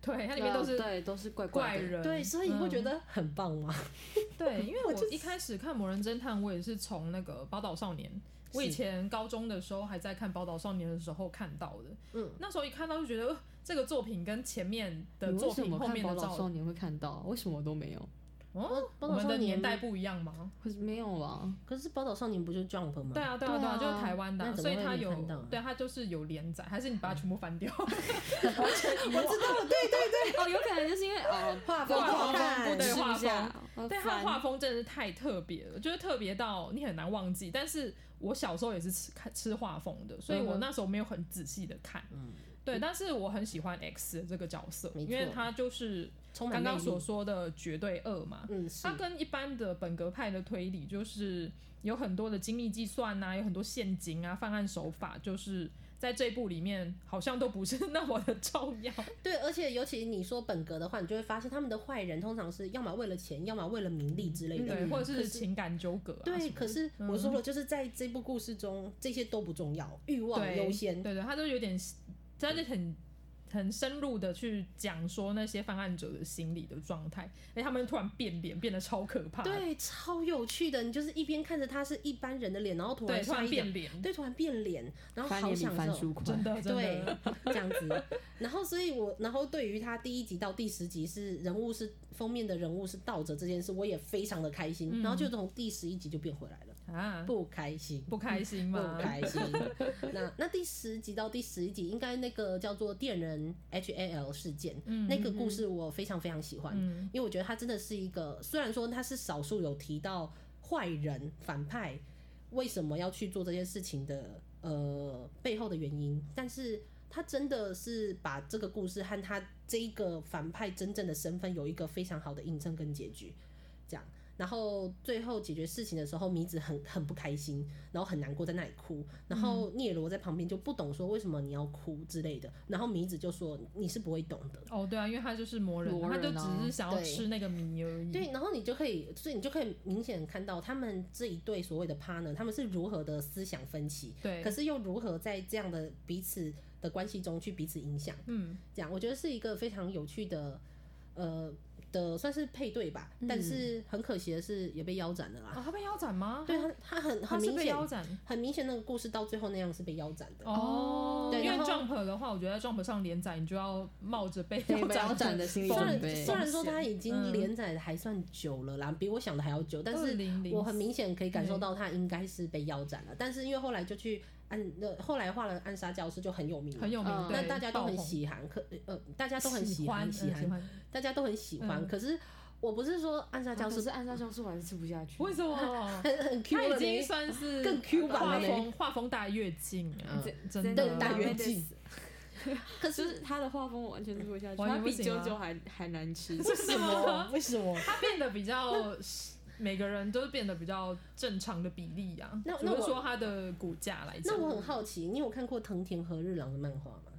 Speaker 2: 对它里面都是
Speaker 3: 呃对都是怪
Speaker 2: 怪
Speaker 3: 的，
Speaker 2: 人，
Speaker 4: 对，所以你会觉
Speaker 2: 嗯
Speaker 4: 得很棒吗？
Speaker 2: 对，因为
Speaker 4: 我
Speaker 2: 我
Speaker 4: 就是
Speaker 2: 一开始看《魔人侦探》，我也是从那个《宝岛少年》，我以
Speaker 4: 是
Speaker 2: 前高中的时候还在看《宝岛少年》的时候看到的。
Speaker 4: 嗯，
Speaker 2: 那时候一看到就觉得、呃这个作品跟前面的
Speaker 3: 你为
Speaker 2: 作
Speaker 3: 什
Speaker 2: 品
Speaker 3: 么
Speaker 2: 后
Speaker 3: 看《
Speaker 2: 面
Speaker 3: 宝
Speaker 2: 的
Speaker 3: 岛
Speaker 2: 照
Speaker 3: 少，年》会看到？为什么我都没有？
Speaker 2: 哦，我
Speaker 4: 宝岛
Speaker 2: 们
Speaker 4: 少
Speaker 2: 的年
Speaker 4: 年
Speaker 2: 代不一样吗？
Speaker 3: 可是没有啊，
Speaker 4: 可是《宝岛少年》不就 Jump 吗？
Speaker 2: 对啊，对啊，
Speaker 3: 对
Speaker 2: 对
Speaker 3: 啊
Speaker 2: 啊，就是台湾的啊、
Speaker 4: 那怎
Speaker 2: 所
Speaker 4: 么
Speaker 2: 以
Speaker 4: 会
Speaker 2: 它
Speaker 4: 没
Speaker 2: 有
Speaker 4: 看到啊，嗯
Speaker 2: 对它就是有连载，还是你把它全部翻掉？
Speaker 4: 我知道，对对 对，
Speaker 3: 哦，有可能就是因为 哦
Speaker 4: 画
Speaker 3: 风
Speaker 4: 风
Speaker 3: 好
Speaker 4: 好
Speaker 2: 看
Speaker 4: 看，
Speaker 2: 对
Speaker 3: 试
Speaker 2: 画
Speaker 3: 一下，哦
Speaker 2: 但它的画风真的是太特别了，就是特别到你很难忘记。但是我小时候也是吃看吃画风的，所以
Speaker 3: 嗯
Speaker 2: 我
Speaker 3: 哼
Speaker 2: 那时候没有很仔细的看。
Speaker 4: 嗯，
Speaker 2: 对，但是我很喜欢 X 的这个角色，
Speaker 4: 没
Speaker 2: 因为
Speaker 4: 错
Speaker 2: 他就是
Speaker 4: 充满
Speaker 2: 刚刚
Speaker 4: 魅力
Speaker 2: 所，说的绝对恶嘛。
Speaker 4: 嗯，是
Speaker 2: 他跟一般的本格派的推理就是有很多的精密计算呐、有很多陷阱啊、犯案手法，就是在这一部里面好像都不是那么的重要。
Speaker 4: 对，而且尤其你说本格的话，你就会发现他们的坏人通常是要么为了钱，要么为了名利之类 的，
Speaker 2: 嗯
Speaker 4: 嗯
Speaker 2: 对，或者
Speaker 4: 可
Speaker 2: 是情感纠葛啊什么的。
Speaker 4: 对，可是我说了，就是在这部故事中，这些都不重要，欲望
Speaker 2: 对
Speaker 4: 优先。
Speaker 2: 对对，他就有点，他就很很深入的去讲说那些犯案者的心理的状态，哎，他们突然变脸，变得超可怕的。
Speaker 4: 对，超有趣的。你就是一边看着他是一般人的脸，然后突
Speaker 2: 对，
Speaker 4: 然
Speaker 2: 突
Speaker 4: 下
Speaker 2: 然
Speaker 4: 一秒
Speaker 2: 变，脸，
Speaker 4: 对，突然变脸，然后
Speaker 3: 翻脸
Speaker 4: 好
Speaker 3: 比
Speaker 4: 享
Speaker 3: 翻
Speaker 4: 受
Speaker 3: 书，快，
Speaker 2: 真的真
Speaker 4: 对
Speaker 2: 的。，
Speaker 4: 这样子。然后，所以我，然后对于他第一集到第十集是人物是封面的人物是倒着这件事，我也非常的开
Speaker 2: 嗯
Speaker 4: 心。然后就从第十一集就变回来了，
Speaker 2: 啊，
Speaker 4: 不开心。
Speaker 2: 不开心吗？
Speaker 4: 不开心。 那那第十集到第十一集，应该那个叫做电人 H A L 事件，那个故事我非常非常喜欢，
Speaker 2: 嗯
Speaker 4: 因为我觉得它真的是一个，虽然说它是少数有提到坏人反派为什么要去做这些事情的呃背后的原因，但是。它真的是把这个故事和他这一个反派真正的身份有一个非常好的印证跟结局，这样。然后最后解决事情的时候，米子很很不开心，然后很难过，在那里哭。然后聂罗在旁边就不懂说为什么你要哭之类的。然后米子就说你是不会懂的。
Speaker 2: 哦，对啊，因为他就是魔人，
Speaker 3: 魔
Speaker 2: 他就
Speaker 3: 人啊
Speaker 2: 只是想要
Speaker 4: 对
Speaker 2: 吃那个米而已。
Speaker 4: 对，然后你就可以，所以你就可以明显看到他们这一对所谓的 partner，他们是如何的思想分歧，
Speaker 2: 对
Speaker 4: 可是又如何在这样的彼此的关系中去彼此影响。
Speaker 2: 嗯，
Speaker 4: 这样我觉得是一个非常有趣的，呃的算是配对吧。但是很可惜的是，也被腰斩了啦。
Speaker 2: 嗯哦，他被腰斩吗？
Speaker 4: 对他，他很
Speaker 2: 他
Speaker 4: 很
Speaker 2: 是
Speaker 4: 明
Speaker 2: 被腰
Speaker 4: 显，
Speaker 2: 斩。
Speaker 4: 很明显那个故事到最后那样是被腰斩的。
Speaker 2: 哦，
Speaker 4: 对
Speaker 2: 因为
Speaker 4: 然后
Speaker 2: Jump 的话，我觉得在 Jump 上连载，你就要冒着被
Speaker 3: 对被
Speaker 2: 腰
Speaker 3: 腰斩的心理
Speaker 4: 虽
Speaker 2: 风
Speaker 3: 准
Speaker 4: 然
Speaker 3: 备
Speaker 4: 虽然说它已
Speaker 2: 嗯
Speaker 4: 经连载得还算久了啦，比我想的还要久，但是
Speaker 2: 2004
Speaker 4: 我很明显可以感
Speaker 2: 嗯
Speaker 4: 受到它应该是被腰斩了。但是因为后来就去暗，呃后来画了《暗杀教室》就很有名嘛，
Speaker 2: 很有名，
Speaker 3: 嗯
Speaker 2: 对
Speaker 4: 那大家都
Speaker 2: 爆
Speaker 4: 很
Speaker 2: 红
Speaker 4: 喜欢，可呃大家都很
Speaker 2: 喜
Speaker 4: 欢喜
Speaker 2: 嗯喜
Speaker 4: 欢，
Speaker 2: 欢。嗯
Speaker 4: 大家都很喜欢。可是我不是说《暗杀教
Speaker 3: 讲
Speaker 4: 室
Speaker 3: 是》暗杀教室，我还是吃不下去。
Speaker 2: 为什么？
Speaker 4: 很很 Q
Speaker 2: 啊他
Speaker 4: 了
Speaker 2: 已经
Speaker 4: 呢，
Speaker 2: 算是
Speaker 4: 更 Q 版
Speaker 2: 画
Speaker 4: 了嘞
Speaker 2: 风画风大跃进啊，真的
Speaker 4: 对大跃进，
Speaker 3: 可是他的画风我完全吃不下去，
Speaker 2: 完
Speaker 3: 他
Speaker 2: 全不
Speaker 3: 比
Speaker 2: 行
Speaker 3: 啾
Speaker 2: 吗
Speaker 3: 啾还还难吃。
Speaker 2: 为什么？
Speaker 4: 为什么？
Speaker 2: 他变得比较，每个人都变得比较正常的比例啊。
Speaker 4: 那
Speaker 2: 只
Speaker 4: 那
Speaker 2: 是
Speaker 4: 我
Speaker 2: 说他的骨架来讲
Speaker 4: 那，我很好奇，你有看过藤田和日郎的漫画吗？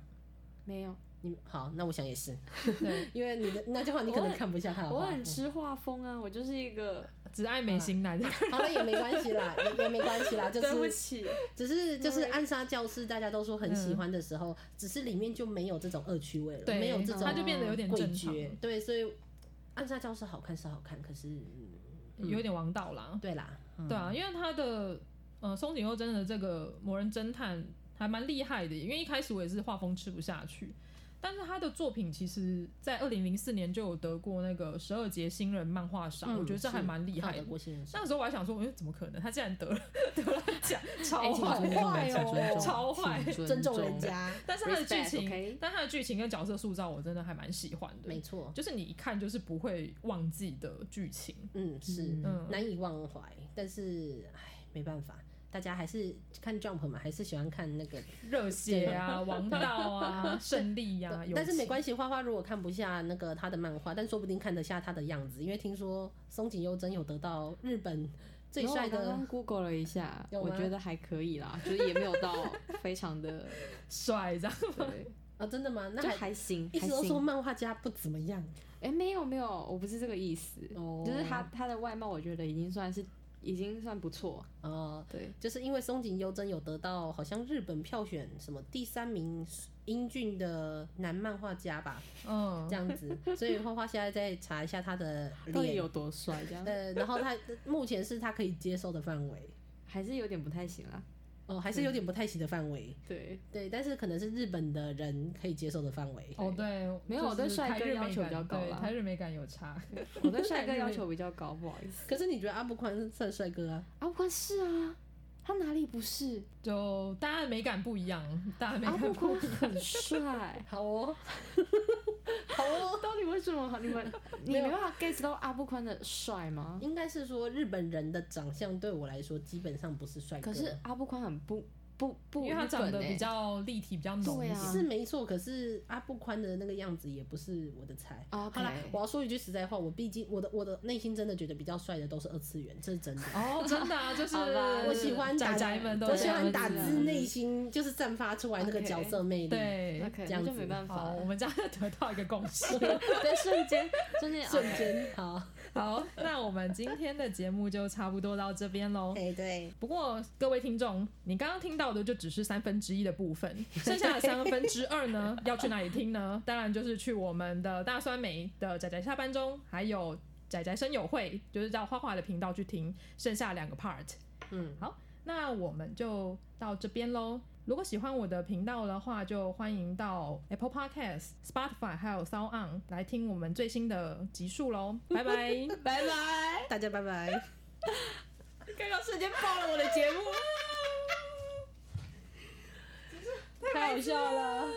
Speaker 3: 没有，
Speaker 4: 你好，那我想也是，
Speaker 2: 对，
Speaker 4: 因为你的那句话你可能看不下他的嗯
Speaker 3: 我
Speaker 4: 画
Speaker 3: 很
Speaker 4: 风。
Speaker 3: 吃画风啊，我就是一个
Speaker 2: 只爱美型男。
Speaker 4: 好了，也没关系啦，也也没关系 啦，就
Speaker 3: 对不
Speaker 4: 是
Speaker 3: 起，
Speaker 4: 只是就是暗杀教室，大家都说很喜欢的时候，只是里面就没有这种恶趣味了，
Speaker 2: 对，
Speaker 4: 没有这种
Speaker 2: 他就变得有点正
Speaker 4: 诡
Speaker 2: 常，
Speaker 4: 谲，对，所以暗杀教室好看是好看，可是嗯
Speaker 2: 有点王道啦。
Speaker 4: 对啦，
Speaker 2: 对啊，因为他的呃松井优真的这个魔人侦探还蛮厉害的耶，因为一开始我也是画风吃不下去，但是他的作品其实在二零零四年就有得过那个十二节新人漫画
Speaker 4: 嗯
Speaker 2: 赏，嗯我觉得这还蛮厉害
Speaker 4: 的。
Speaker 2: 的。
Speaker 4: 过新人
Speaker 2: 那时候我还想说，哎，怎么可能？他竟然得了得了奖，哎超
Speaker 3: 哎请
Speaker 2: 坏坏
Speaker 3: 尊重请尊
Speaker 2: 哦，
Speaker 3: 重
Speaker 2: 超坏。
Speaker 3: 请
Speaker 4: 尊重人。家，
Speaker 2: 但是他的剧情
Speaker 3: Respect，OK
Speaker 2: 但他的剧情跟角色塑造，我真的还蛮喜欢的
Speaker 4: 没。错，
Speaker 2: 就是你一看就是不会忘记的剧情，
Speaker 4: 嗯是
Speaker 2: 嗯
Speaker 4: 难以忘怀，但是唉没办法，大家还是看 Jump 嘛，还是喜欢看那个
Speaker 2: 热血啊、王道 啊、胜利呀、啊，
Speaker 4: 但是没关
Speaker 2: 系，
Speaker 4: 系，花花如果看不下那个他的漫画，但说不定看得下他的样子，因为听说松井优真有得到日本最
Speaker 2: 啊
Speaker 3: 然后
Speaker 4: 帅
Speaker 3: 我刚
Speaker 4: 的
Speaker 3: 刚 Google 了一下，
Speaker 4: 有
Speaker 3: 我
Speaker 4: 吗
Speaker 3: 觉得还可以啦，就是也没有到非常的，
Speaker 2: 帅这样。
Speaker 3: 对，
Speaker 4: 啊，真的吗？那
Speaker 3: 就
Speaker 4: 还
Speaker 3: 还行，
Speaker 4: 一直
Speaker 3: 还
Speaker 4: 都
Speaker 3: 行
Speaker 4: 说漫画家不怎么样
Speaker 3: 哎、没有没有，我不是这个意思，
Speaker 4: 哦
Speaker 3: 就是他他的外貌，我觉得已经算是已经算不错，
Speaker 4: 哦，
Speaker 3: 对，
Speaker 4: 就是因为松井优真有得到好像日本票选什么第三名英俊的男漫画家吧，
Speaker 2: 嗯
Speaker 3: 哦
Speaker 4: 这，样子，所以花花现在再查一下他的
Speaker 3: 到底有
Speaker 4: 脸，
Speaker 3: 多帅这样，
Speaker 4: 呃，然后他目前是他可以接受的范围，
Speaker 3: 还是有点不太行啦，
Speaker 4: 哦，还是有点不太行的范围，
Speaker 3: 对，
Speaker 4: 对，但是可能是日本的人可以接受的范围。
Speaker 2: 哦对，
Speaker 3: 没有我
Speaker 2: 就
Speaker 3: 对
Speaker 2: 是
Speaker 3: 帅
Speaker 2: 台
Speaker 3: 哥
Speaker 2: 日
Speaker 3: 要
Speaker 2: 美
Speaker 3: 求比
Speaker 2: 感
Speaker 3: 较高
Speaker 2: 对
Speaker 3: 啦
Speaker 2: 台日美感有差。
Speaker 3: 我对帅哥要求比较高，不好意思，
Speaker 4: 可是你觉得阿布宽算帅哥 啊？，
Speaker 3: 阿布宽是啊，他哪里不是？
Speaker 2: 就大家的美感不一样，大家的美
Speaker 3: 阿
Speaker 2: 感
Speaker 3: 布
Speaker 2: 啊不
Speaker 3: 宽
Speaker 2: 一样。
Speaker 3: 很帅
Speaker 4: 好哦，好哦，
Speaker 3: 到底为什么你们你
Speaker 4: 没
Speaker 3: 没
Speaker 4: 有
Speaker 3: 办法 get 到阿布宽的帅吗？
Speaker 4: 应该是说日本人的长相对我来说基本上不是帅哥，啊
Speaker 3: 可是阿布宽很不不不
Speaker 2: 因
Speaker 3: 日本欸，
Speaker 2: 为他长得比较立体，比较浓
Speaker 3: 对
Speaker 2: 一
Speaker 3: 啊
Speaker 2: 些。
Speaker 4: 是没错，可是阿布宽的那个样子也不是我的菜。
Speaker 3: 哦 OK，
Speaker 4: 好啦，我要说一句实在话，我毕竟我的我的内心真的觉得比较帅的都是二次元，这是真的。
Speaker 2: 哦，真的 啊，就是
Speaker 3: 好吧
Speaker 4: 我喜欢打
Speaker 2: 宅宅们都
Speaker 4: 我
Speaker 2: 这
Speaker 4: 喜
Speaker 2: 样
Speaker 4: 欢
Speaker 2: 子啊
Speaker 4: 打
Speaker 3: 字
Speaker 4: 自内心就是散发出来那个
Speaker 3: OK
Speaker 4: 角色魅力。
Speaker 2: 对。
Speaker 3: OK，
Speaker 4: 这样
Speaker 3: 那就
Speaker 4: 子
Speaker 3: 没办法
Speaker 2: 好，
Speaker 3: 了
Speaker 2: 我。们这样得到一个共识。
Speaker 3: 对，瞬间，瞬间，
Speaker 4: 瞬间好，
Speaker 2: 好，那我们今天的节目就差不多到这边喽。
Speaker 4: 哎对，
Speaker 2: 不过各位听众，你刚刚听到的就只是三分之一的部分，剩下的三分之二呢，要去哪里听呢？当然就是去我们的大酸梅的仔仔下班中，还有仔仔生友会，就是到花花的频道去听剩下两个 part。
Speaker 4: 嗯，
Speaker 2: 那我们就到这边喽。如果喜欢我的频道的话，就欢迎到 Apple Podcast、Spotify 还有 Sound On 来听我们最新的集数喽。拜拜！
Speaker 3: 拜拜。
Speaker 4: 大家拜拜。
Speaker 3: 刚刚瞬间爆了我的 节目，太好笑了。